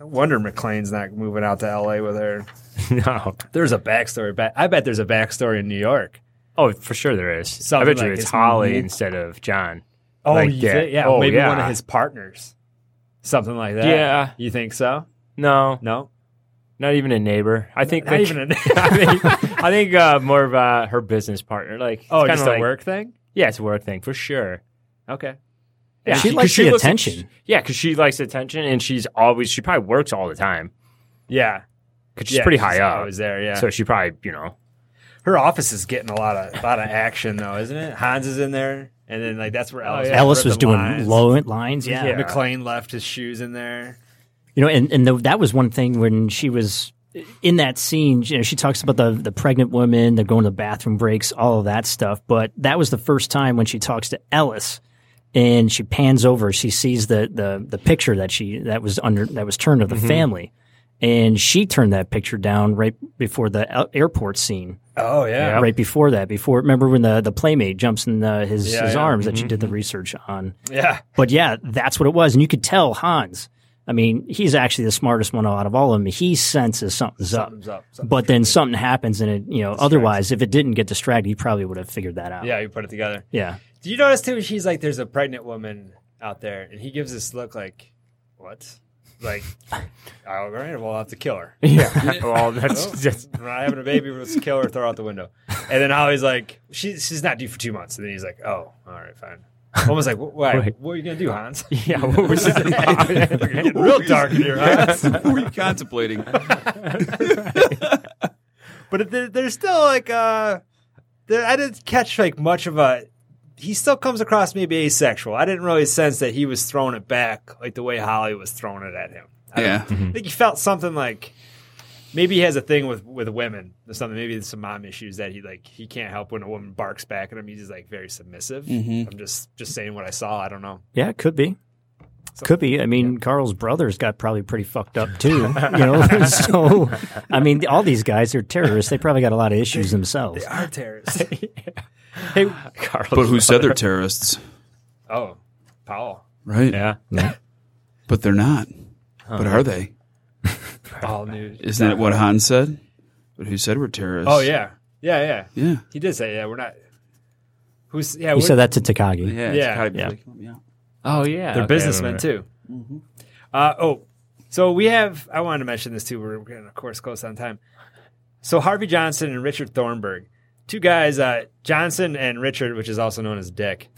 No wonder McLean's not moving out to L.A. with her. no, there's a backstory. Ba- I bet there's a backstory in New York. Oh, for sure there is. I Something bet you like it's his Holly mo- instead of John. Oh, Like you that. thi- yeah, Oh, maybe yeah. one of his partners, something like that. Yeah. you think so? No, no, not even a neighbor. I think Not like- even a- I think, I think uh, more of uh, her business partner. Like, it's Oh, kinda just a like- work thing? Yeah, it's a work thing for sure. Okay. Yeah, She 'cause likes the looks like- attention. yeah, because she likes attention, and she's always she probably works all the time. Yeah, 'Cause she's Yeah, pretty she's high up. always there, yeah. So she probably you know Her office is getting a lot of a lot of action though, isn't it? Hans is in there, and then like that's where Ellis, yeah. Ellis was ripping doing lines. low lines, yeah. Yeah. McLean left his shoes in there. You know, and and the, that was one thing when she was in that scene. You know, she talks about the the pregnant woman, they're going to the bathroom breaks, all of that stuff. But that was the first time when she talks to Ellis, and she pans over, she sees the the the picture that she that was under that was turned of the Mhm. family, and she turned that picture down right before the a- airport scene. Oh yeah, Right before that, before remember when the, the playmate jumps in uh his Yeah, Mm-hmm, his yeah. arms that you did the research on. Yeah. But yeah, that's what it was, and you could tell Hans. I mean, he's actually the smartest one out of all of them. He senses something's, Something's up, something's but then something happens, and it you know. Otherwise, if it didn't get distracted, he probably would have figured that out. Yeah, you put it together. Yeah. Do you notice too? She's like, "There's a pregnant woman out there," and he gives this look like, "What?" Like, all right, well, I'll have to kill her. Yeah. Well, that's- that's- we're not Oh. having a baby. Let's kill her. Throw her out the window. And then Holly's like, she, "She's not due for two months." And then he's like, "Oh, all right, fine." Almost like, "Wh- why? Wait. What are you gonna do, Hans? Yeah, what was that? We're getting real dark in here, Hans. What were you contemplating? but there, there's still like uh there, I didn't catch like much of a he still comes across maybe asexual. I didn't really sense that he was throwing it back like the way Holly was throwing it at him. Hmm. Yeah. I think he felt something like maybe he has a thing with with women or something. Maybe there's some mom issues that he like he can't help when a woman barks back at him. He's just like very submissive. Mhm. I'm just just saying what I saw. I don't know. Yeah, it could be. could be. I mean, Carl's brothers got probably pretty fucked up too. You know, so I mean, all these guys are terrorists. They probably got a lot of issues themselves. They are terrorists. Hey, but who said they're terrorists? Oh, Powell. Right? Yeah. but they're not. Huh. But are they? All news. Isn't that what Han said? But who said we're terrorists? Oh yeah, yeah, yeah, Yeah. He did say, yeah, we're not. Who's yeah? He we're- said that to Takagi. Yeah, yeah, Takagi Oh yeah, okay, they're I businessmen remember. too. Uh, oh, so we have. I wanted to mention this too. We're, we're getting, of course, close on time. So Harvey Johnson and Richard Thornburg, two guys, uh, Johnson and Richard, which is also known as Dick,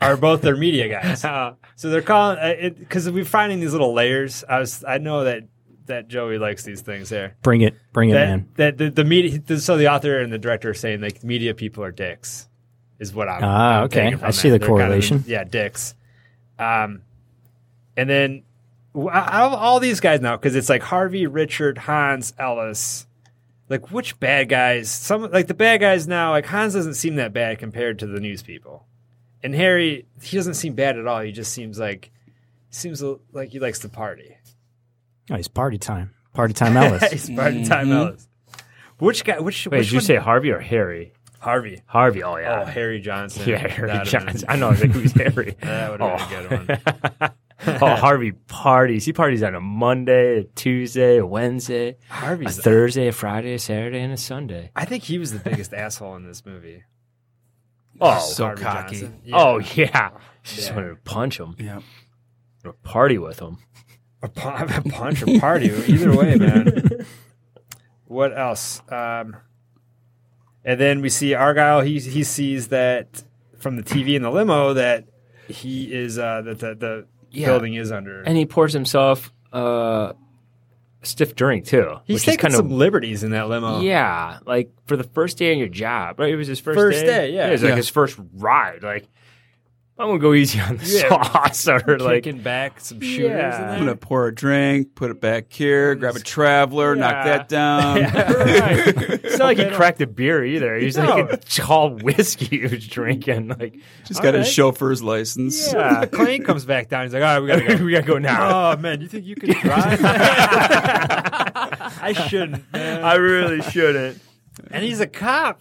are both their media guys. so they're calling because we're finding these little layers. I was, I know that that Joey likes these things here. Bring it, bring it, that, man. That the, the media. So the author and the director are saying like media people are dicks, is what I'm. Ah, I'm okay. taking from I see that. the They're kind of- correlation. yeah, dicks. Um, and then w- out of all these guys now, because it's like Harvey, Richard, Hans, Ellis. Like which bad guys? Some like the bad guys now. Like Hans doesn't seem that bad compared to the news people, and Harry he doesn't seem bad at all. He just seems like seems a- like he likes to party. Oh, he's party time. Party time, Ellis. He's party time Mhm. Ellis. Which guy? Which? Mm-hmm. Wait, which did you one- say Harvey or Harry? Harvey? Harvey. Oh yeah. Oh, Harry Johnson. Yeah, Harry That'd have been- Johnson. I know. I was like, who's Harry? Oh. That would've been a good one. oh, Harvey parties. He parties on a Monday, a Tuesday, a Wednesday, Harvey's- a Thursday, a Friday, a Saturday, and a Sunday. I think he was the biggest asshole in this movie. Oh, So Harvey cocky. Johnson. Yeah. Oh yeah. Just Yeah. wanted to punch him. Yeah. Party with him. A, pu- a punch or party, either way, man. What else? Um, and then we see Argyle. He he sees that from the TV in the limo that he is uh, that the, the Yeah. building is under. and he pours himself uh, a stiff drink too. which He's is taking kind some of liberties in that limo. yeah, like for the first day on your job, right? It was his first First day, yeah. it was like Yeah. his first ride. Like I'm gonna go easy on the Yeah. sauce or like kicking back some shooters. Yeah. I'm gonna pour a drink, put it back here, grab a traveler, knock Yeah. that down. It's not like he cracked a beer either. He's like No. a tall whiskey he was drinking. Like Just all got right. his chauffeur's license. Yeah. Clayne comes back down. He's like, all right, we gotta go. we gotta go now. Oh man, you think you can drive? I shouldn't. Man. I really shouldn't. And he's a cop.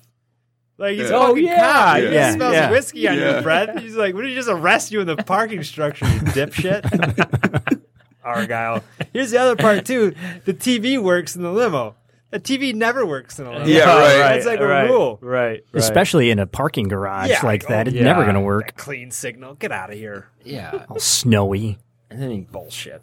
Like he's Yeah. a Oh, fucking yeah. cop. He Yeah. smells Yeah. whiskey on Yeah. your breath. He's like, "What did you just arrest you in the parking structure, you dipshit?" Argyle. Here's the other part too. The TV works in the limo. The TV never works in a limo. Yeah, right. It's like Right. a rule. Right. Especially in a parking garage Yeah, like that. oh, It's yeah. never going to work. That clean signal. Get out of here. Yeah. All snowy. And then he Bullshit.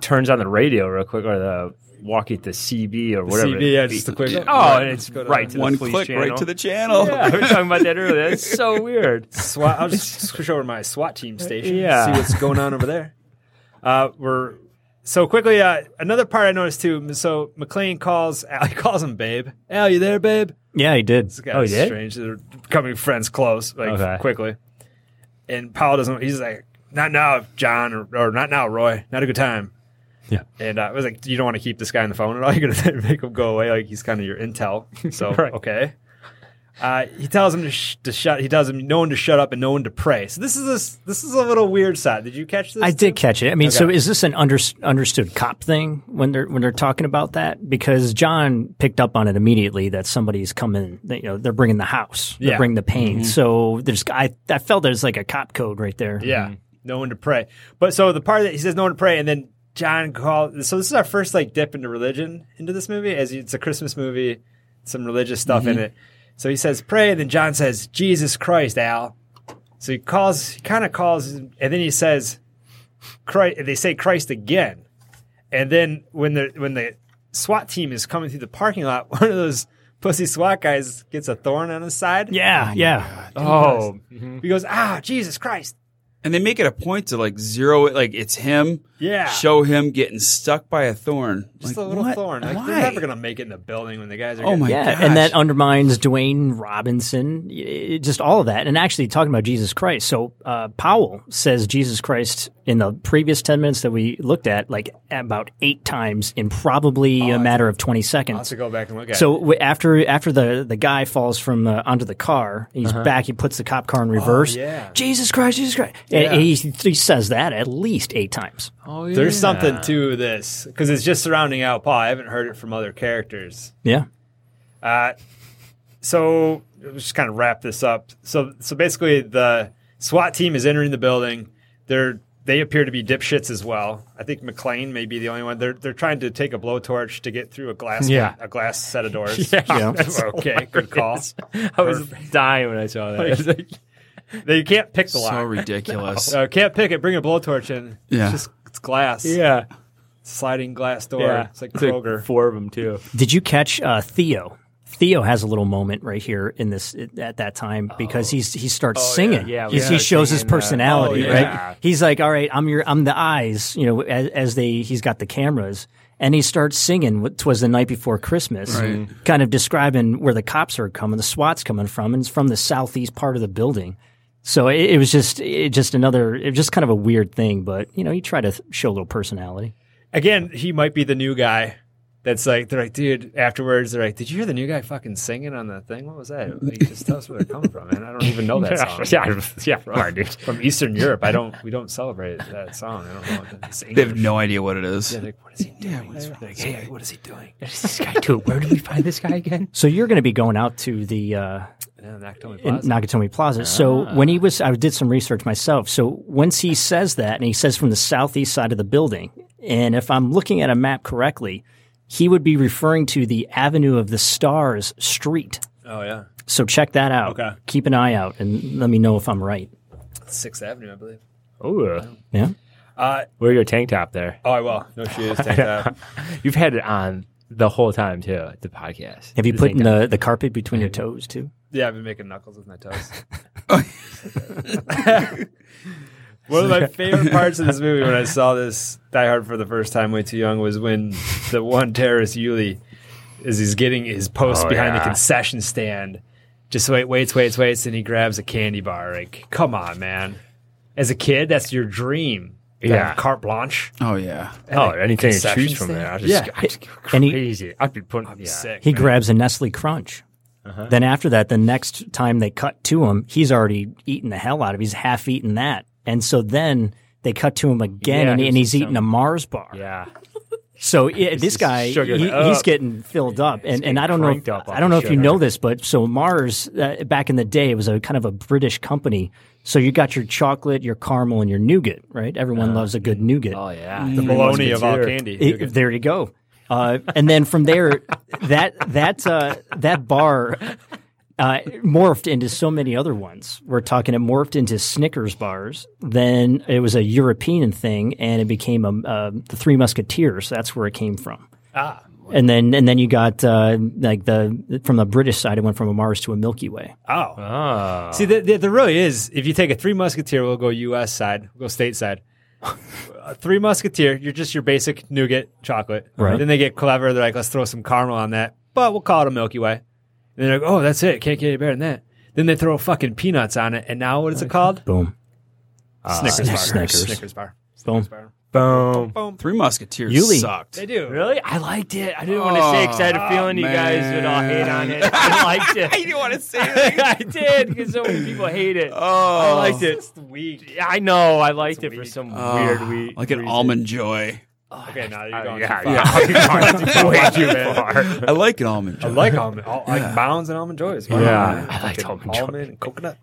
turns on the radio real quick or the walkie the CB or The whatever. CB, yeah, just a quick- oh, Right. and it's Go to- right to One the police click, right channel. to the channel. Yeah, we were talking about that earlier. That's so weird. SWAT. I'll just switch over to my SWAT team station. Yeah. See what's going on over there. Uh, we're so quickly. Uh, another part I noticed too. So McLean calls. Al, he calls him babe. Al, you there, babe? Yeah, Oh, he did. It's kind of strange. They're becoming friends close, like Okay. quickly. And Paul doesn't. He's like, not now, John, or, or not now, Roy. Not a good time. Yeah. And uh, I was like, you don't want to keep this guy on the phone at all. You're gonna make him go away. Like he's kind of your intel. So Right. okay. Uh, he tells him to, sh- to shut. He tells him no one to shut up and no one to pray. So this is this this is a little weird side. Did you catch this? I did catch it. I mean, Okay. so is this an under, understood cop thing when they're when they're talking about that? Because John picked up on it immediately that somebody's coming. that, You know, they're bringing the house. They Yeah. are bringing the pain. Mhm. So there's I I felt there's like a cop code right there. Yeah, no one to pray. But so the part that he says no one to pray, and then John called. So this is our first like dip into religion into this movie, as it's a Christmas movie, some religious stuff in Mhm. it. So he says pray, and then John says Jesus Christ, Al. So he calls, he kind of calls, and then he says, Christ. They say Christ again, and then when the when the SWAT team is coming through the parking lot, one of those pussy SWAT guys Oh gets a thorn on his side. Yeah, yeah. Oh, he goes, ah, Jesus Christ. And they make it a point to like zero it, like it's him. Yeah. Show him getting stuck by a thorn. Just Like, a little what? thorn. Like, Why? They're never gonna make it in the building when the guys are. Oh my yeah, and that undermines Dwayne Robinson, y- just all of that. And actually, talking about Jesus Christ, so uh, Powell says Jesus Christ in the previous ten minutes that we looked at, like about eight times in probably a matter of twenty I'll seconds. have to go back and look at. So it. w- after after the the guy falls from uh, onto the car, he's Uh-huh. Oh, back. He puts the cop car in reverse. yeah. Jesus Christ, Jesus Christ, Yeah. and he, he says that at least eight times. Oh, There's something to this because it's just surrounding Al Paul. I haven't heard it from other characters. Yeah. Uh, so let's just kind of wrap this up. So so basically, the SWAT team is entering the building. They're they appear to be dipshits as well. I think McLean may be the only one. They're they're trying to take a blowtorch to get through a glass Yeah. a glass set of doors. Yeah, Yeah. that's okay, good call. hilarious. I was dying when I saw that. I was like, They can't pick the So lock. ridiculous. No. Uh, can't pick it. Bring a blowtorch in. Yeah. It's just it's glass. Yeah. Sliding glass door. Yeah. It's like It's like Kroger. four of them too. Did you catch uh, Theo? Theo has a little moment right here in this at that time because he's he starts singing. Oh, Yeah, we He's- he started shows his singing, uh, personality, oh, right? yeah. He's like, "All right, I'm your I'm the eyes," you know, as, as they he's got the cameras. And he starts singing what was the night before Christmas, Right. Mm-hmm. kind of describing where the cops are coming, the SWAT's coming from, and it's from the southeast part of the building. So it, it was just it just another, it was just kind of a weird thing, but you know, you try to th- show a little personality. Again, he might be the new guy. That's like they're like, dude. Afterwards, they're like, "Did you hear the new guy fucking singing on the thing? What was that? Like, just tell us where they're coming from, man. I don't even know that song. Yeah, yeah, right, dude. from Eastern Europe. I don't. We don't celebrate that song. I don't know. What that- it's They have English. no idea what it is. Yeah, like, what is he doing? Like, hey, what is he doing? this guy too. Where did we find this guy again? So you're going to be going out to the uh, Yeah, Nakatomi in Plaza. Nakatomi Plaza. So when he was, I did some research myself. So once he says that, and he says from the southeast side of the building, and if I'm looking at a map correctly, he would be referring to the Avenue of the Stars Street. oh yeah, So check that out. Okay. Keep an eye out and let me know if I'm right. Sixth Avenue, I believe. Oh, Yeah. Uh, wear your tank top there. oh, I will. No, she is. Take that. You've had it on the whole time too. at The podcast. Have you The put tank in top. the, the carpet between your toes too? Yeah, I've been making knuckles with my toes. One of my favorite parts of this movie when I saw this Die Hard for the first time way too young was when the one terrorist Yuli is he's getting his post Oh, behind the yeah. concession stand. Just wait, waits, waits, waits, and he grabs a candy bar. Like, come on, man. As a kid, that's your dream. To have Yeah. Carte blanche. Oh yeah. Oh, anything you Concession choose from stand? there, I just, Yeah. I just And he- crazy. I'd be putting. yeah. Sick. He man. grabs a Nestle Crunch. Uh-huh. Then after that, the next time they cut to him, he's already eaten the hell out of. He's half eaten that, and so then they cut to him again, Yeah, and, he and was he's eating a some- Mars bar. Yeah. So yeah, this is guy, sugared he, up. he's getting filled up, and, and I don't know, if, cranked up I off don't know the if you sugar. know this, but so Mars uh, back in the day it was a kind of a British company. So you got your chocolate, your caramel, and your nougat, right? Everyone Uh-huh. loves a good nougat. Oh yeah. the bologna of all candy. It- there you go. Uh, and then from there, that that uh, that bar uh, morphed into so many other ones. We're talking it morphed into Snickers bars. Then it was a European thing, and it became a, uh, the Three Musketeers. That's where it came from. Ah. And then and then you got uh, like the from the British side, it went from a Mars to a Milky Way. Oh. Oh. See, there, there, there really is. If you take a Three Musketeer, we'll go U.S. side, we'll go state side. a Three Musketeer, you're just your basic nougat chocolate. Right. Then they get clever. They're like, let's throw some caramel on that, but we'll call it a Milky Way. And they're like, oh, that's it. Can't get any better than that. Then they throw fucking peanuts on it, and now what is it called? Boom, Snickers bar. Snickers. Snickers bar. boom. Ah. Boom. Boom. Three Musketeers Yuli. sucked. They do. Really? I liked it. I didn't want to say because I had a feeling you guys would all hate on it. I liked it. didn't want to say I did because so many people hate it. Oh, I liked it. Weak. I know. I liked it for some weird we Ah, Like an reason. almond joy. Okay, now you're Uh, going. yeah, too far. yeah. You're going too far. I like an almond joy. I like almond, I like bounds and almond joys. Wow. Yeah. I liked Fucking almond joy. almond and coconut.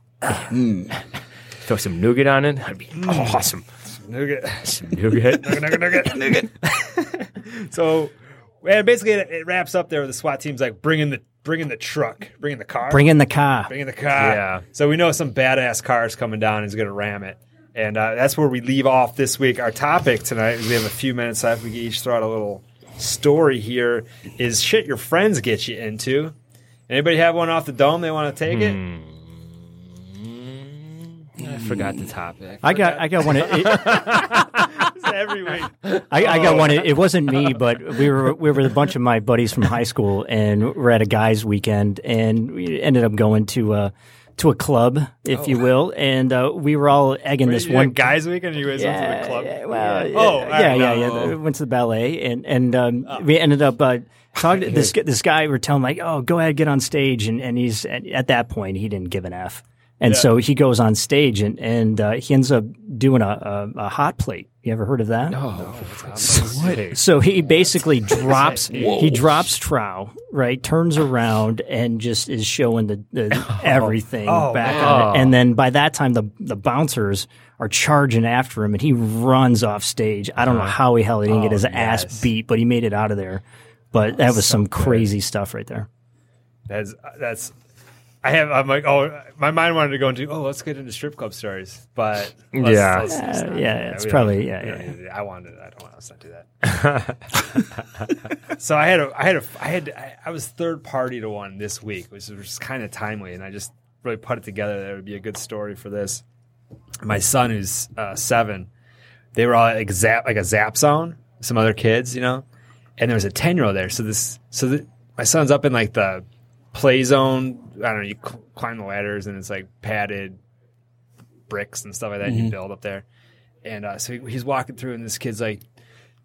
Throw some nougat on it. That'd be awesome. Nougat. Some nougat. So, and basically, it, it wraps up there. with The SWAT team's like bringing the bringing the truck, bringing the car, Bring in the car. bringing the car. Yeah. So we know some badass cars coming down. He's gonna ram it, and uh, that's where we leave off this week. Our topic tonight. We have a few minutes left. We can each throw out a little story here. Is shit your friends get you into? Anybody have one off the dome they want to take it? I forgot the topic. I got I got one. It, it- every week. I, I Oh. got one. It, it wasn't me, but we were we were a bunch of my buddies from high school, and we're at a guys' weekend, and we ended up going to uh, to a club, if you will, and uh, we were all egging Oh. Wait, this you one had guys' weekend. You guys went to the club. well, oh, all right, yeah, yeah, no. yeah. We Went to the ballet, and and um, we ended up uh, talking. to this gu- this guy we're telling like, oh, go ahead, get on stage, and and he's at, at that point he didn't give an f, and Yeah. so he goes on stage, and and uh, he ends up doing a, a a hot plate. You ever heard of that? No. What? So he basically drops Whoa. he drops Trow, right? Turns around and just is showing the, the everything Oh, back man. on it. And then by that time the the bouncers are charging after him and he runs off stage. I Uh, don't know how he hell he oh, didn't get his ass beat, but he made it out of there. But that was some crazy stuff right there. That's uh, that's. I have. I'm like, oh, my mind wanted to go into. Oh, let's get into strip club stories, but let's- Yeah. let's- let's Uh, not. yeah, it's we don't probably- need- yeah, we don't yeah, need to do that. I wanted. I don't want. Let's not do that. so I had a. I had a. I had. I, I was third party to one this week, which was just kind of timely, and I just really put it together that it would be a good story for this. My son, who's uh, seven, they were all at like zap, like a zap zone, some other kids, you know, and there was a ten year old there. So this, so the, my son's up in like the play zone. I don't know. You cl- climb the ladders and it's like padded bricks and stuff like that. You Mm-hmm. Mhm. build up there, and uh, so he- he's walking through, and this kid's like,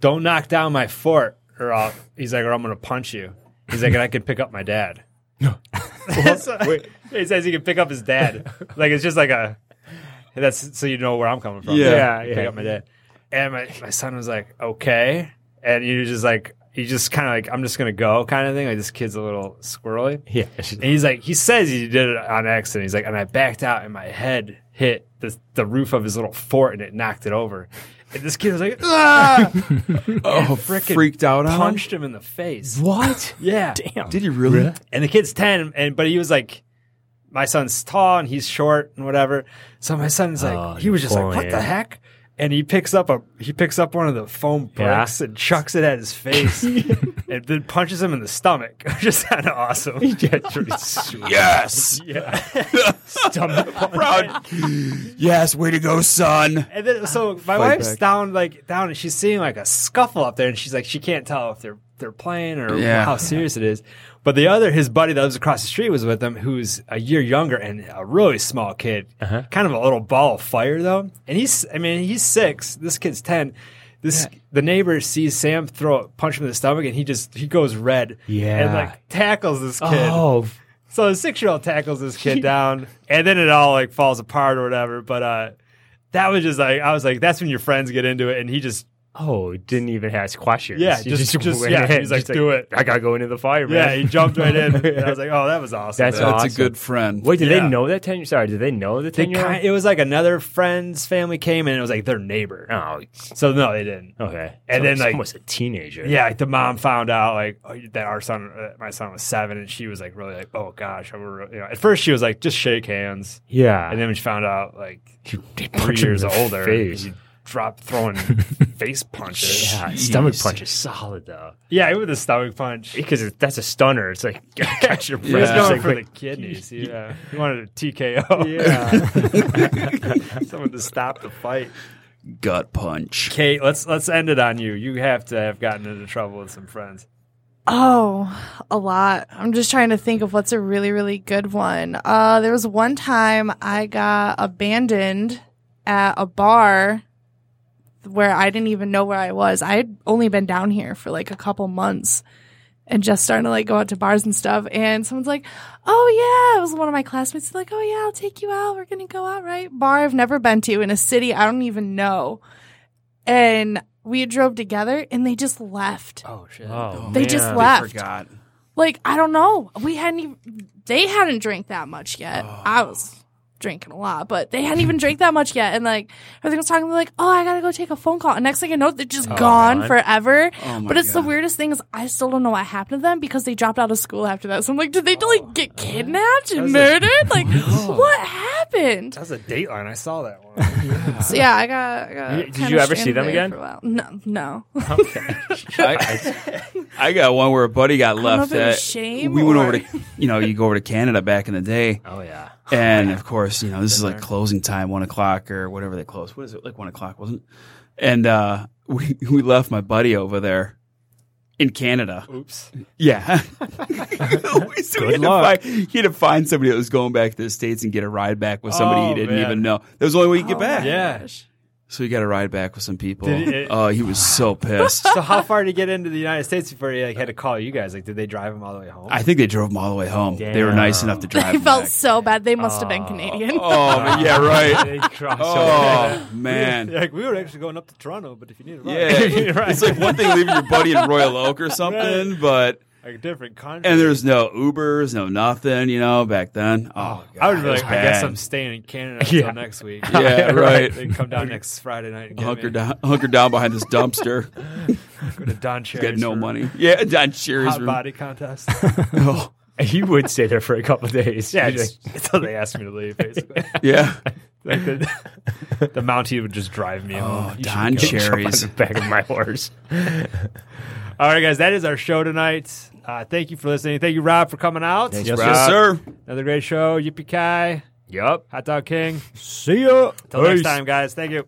"Don't knock down my fort, or I'll." He's like, "Or I'm gonna punch you." He's like, "And I can pick up my dad." So- he says he can pick up his dad. Like it's just like a that's so you know where I'm coming from. Yeah. You Yeah, pick yeah. up my dad. And my, my son was like, okay. And you just like you just kind of like I'm just gonna go kind of thing. Like this kid's a little squirrely. Yeah. And he's like, he says he did it on accident. He's like, and I backed out and my head hit the the roof of his little fort and it knocked it over. And this kid was like, ah! Oh, Frickin' freaked out on him? punched him in the face. What? Yeah. Damn. Did he really? And the kid's ten, and but he was like, my son's tall and he's short and whatever. So my son's like, Oh, he was just like, boy, what the yeah. heck? And he picks up a he picks up one of the foam Yeah. bricks and chucks it at his face, and then punches him in the stomach. Just kind of awesome. Yes. Yeah. Stomach Proud. yes, way to go, son. And then so my Fight wife's back. down like down and she's seeing like a scuffle up there and she's like she can't tell if they're they're playing or Yeah. how serious it is. But the other his buddy that lives across the street was with him who's a year younger and a really small kid. Uh-huh. Kind of a little ball of fire though. And he's I mean he's 6, this kid's 10. This the neighbor sees Sam throw punch him in the stomach and he just he goes red and Yeah. like tackles this kid. Oh. So the six year old tackles this kid down, and then it all like falls apart or whatever. But uh, that was just like I was like, that's when your friends get into it, and he just Oh, didn't even ask questions. Yeah, He just- just- went yeah, in. he's like, "Do it." I gotta go into the fire, man. yeah, he jumped right in. And I was like, oh, that was awesome. That's, man. awesome. Wait, did they know that ten? Sorry, did they know the They ten year old? kind- it was like another friend's family came, and it was like their neighbor. Oh, so no, they didn't. Okay, And So then it's like almost a teenager. Yeah, like the mom found out like oh, that our son, uh, my son was seven, and she was like really like, oh gosh, I'm re- you know. At first, she was like, just shake hands. Yeah. and then when she found out like she three punch him in years the older, face. she dropped throwing face punches. Yeah, stomach punch is solid though. Yeah, it was a stomach punch because it, that's a stunner. It's like catch your He breath. was It's going like, for the wait. kidneys. Yeah, he wanted a TKO. Yeah, someone to stop the fight. Gut punch. Kate, let's let's end it on you. You have to have gotten into trouble with some friends. Oh, a lot. I'm just trying to think of what's a really, really good one. Uh, there was one time I got abandoned at a bar where I didn't even know where I was. I had only been down here for like a couple months and just starting to like go out to bars and stuff. And someone's like, Oh yeah. It was one of my classmates. He's like, Oh yeah, I'll take you out. We're going to go out, right? Bar I've never been to in a city I don't even know. And we drove together and they just left. Oh shit! They just left. Like I don't know. We hadn't even they hadn't drank that much yet. Oh. I was drinking a lot, but they hadn't even drank that much yet. And like everything was talking, they're like, "Oh, I gotta go take a phone call." And next thing I know, they're just Oh, gone man. forever. Oh, my but it's God. the weirdest thing is I still don't know what happened to them because they dropped out of school after that. So I'm like, did they Oh, like get kidnapped and murdered? like what happened? That was a Dateline. I saw that one. So yeah, I got. I got You- did kinda you ever see stranded them there again? for a while. No, no. I, I got one where a buddy got don't know if left. it was at- shame we went or- over to, you know, you go over to Canada back in the day. Oh yeah. And of course, you know, this is like closing time, one o'clock or whatever they close. What is it? Like one o'clock, wasn't it? And uh, we, we left my buddy over there in Canada. Oops. Yeah. So he, had to find, he had to find somebody that was going back to the States and get a ride back with somebody Oh, he didn't man. Oh, even know. That was the only way you could get back. Yeah. So he got a ride back with some people. Did he- oh, he was so pissed. so how far did he get into the United States before he like had to call you guys? Like, did they drive him all the way home? I think they drove him all the way home. They were nice enough to drive I him. felt so bad. They must have been Canadian. Oh, man, yeah, They right. crossed oh, over. man. Like we were actually going up to Toronto, but if you need a ride, Yeah. It's like one thing leaving your buddy in Royal Oak or something, but. Like a different country. And there's no Ubers, no nothing, you know, back then. Oh, God, I would be it was like, I guess bad. I'm staying in Canada until Yeah. next week. Yeah, right. They can come down next Friday night and get hunker me. down, hunker down behind this dumpster. Go to Don He's Cherry's Got no room. money. Yeah, Don Cherry's Hot room. body contest. Oh. He would stay there for a couple of days. Yeah, He'd be just- like, until they asked me to leave, basically. Yeah. like the, the Mountie would just drive me home. You Oh, Don should go jump on Cherries. the back of my horse. All right, guys, that is our show tonight. Uh, thank you for listening. Thank you, Rob, for coming out. Thanks, Yes, Rob. yes, sir. Another great show. Yippee ki! Yup. Hot Dog King. See ya. Until next Peace. time, guys. Thank you.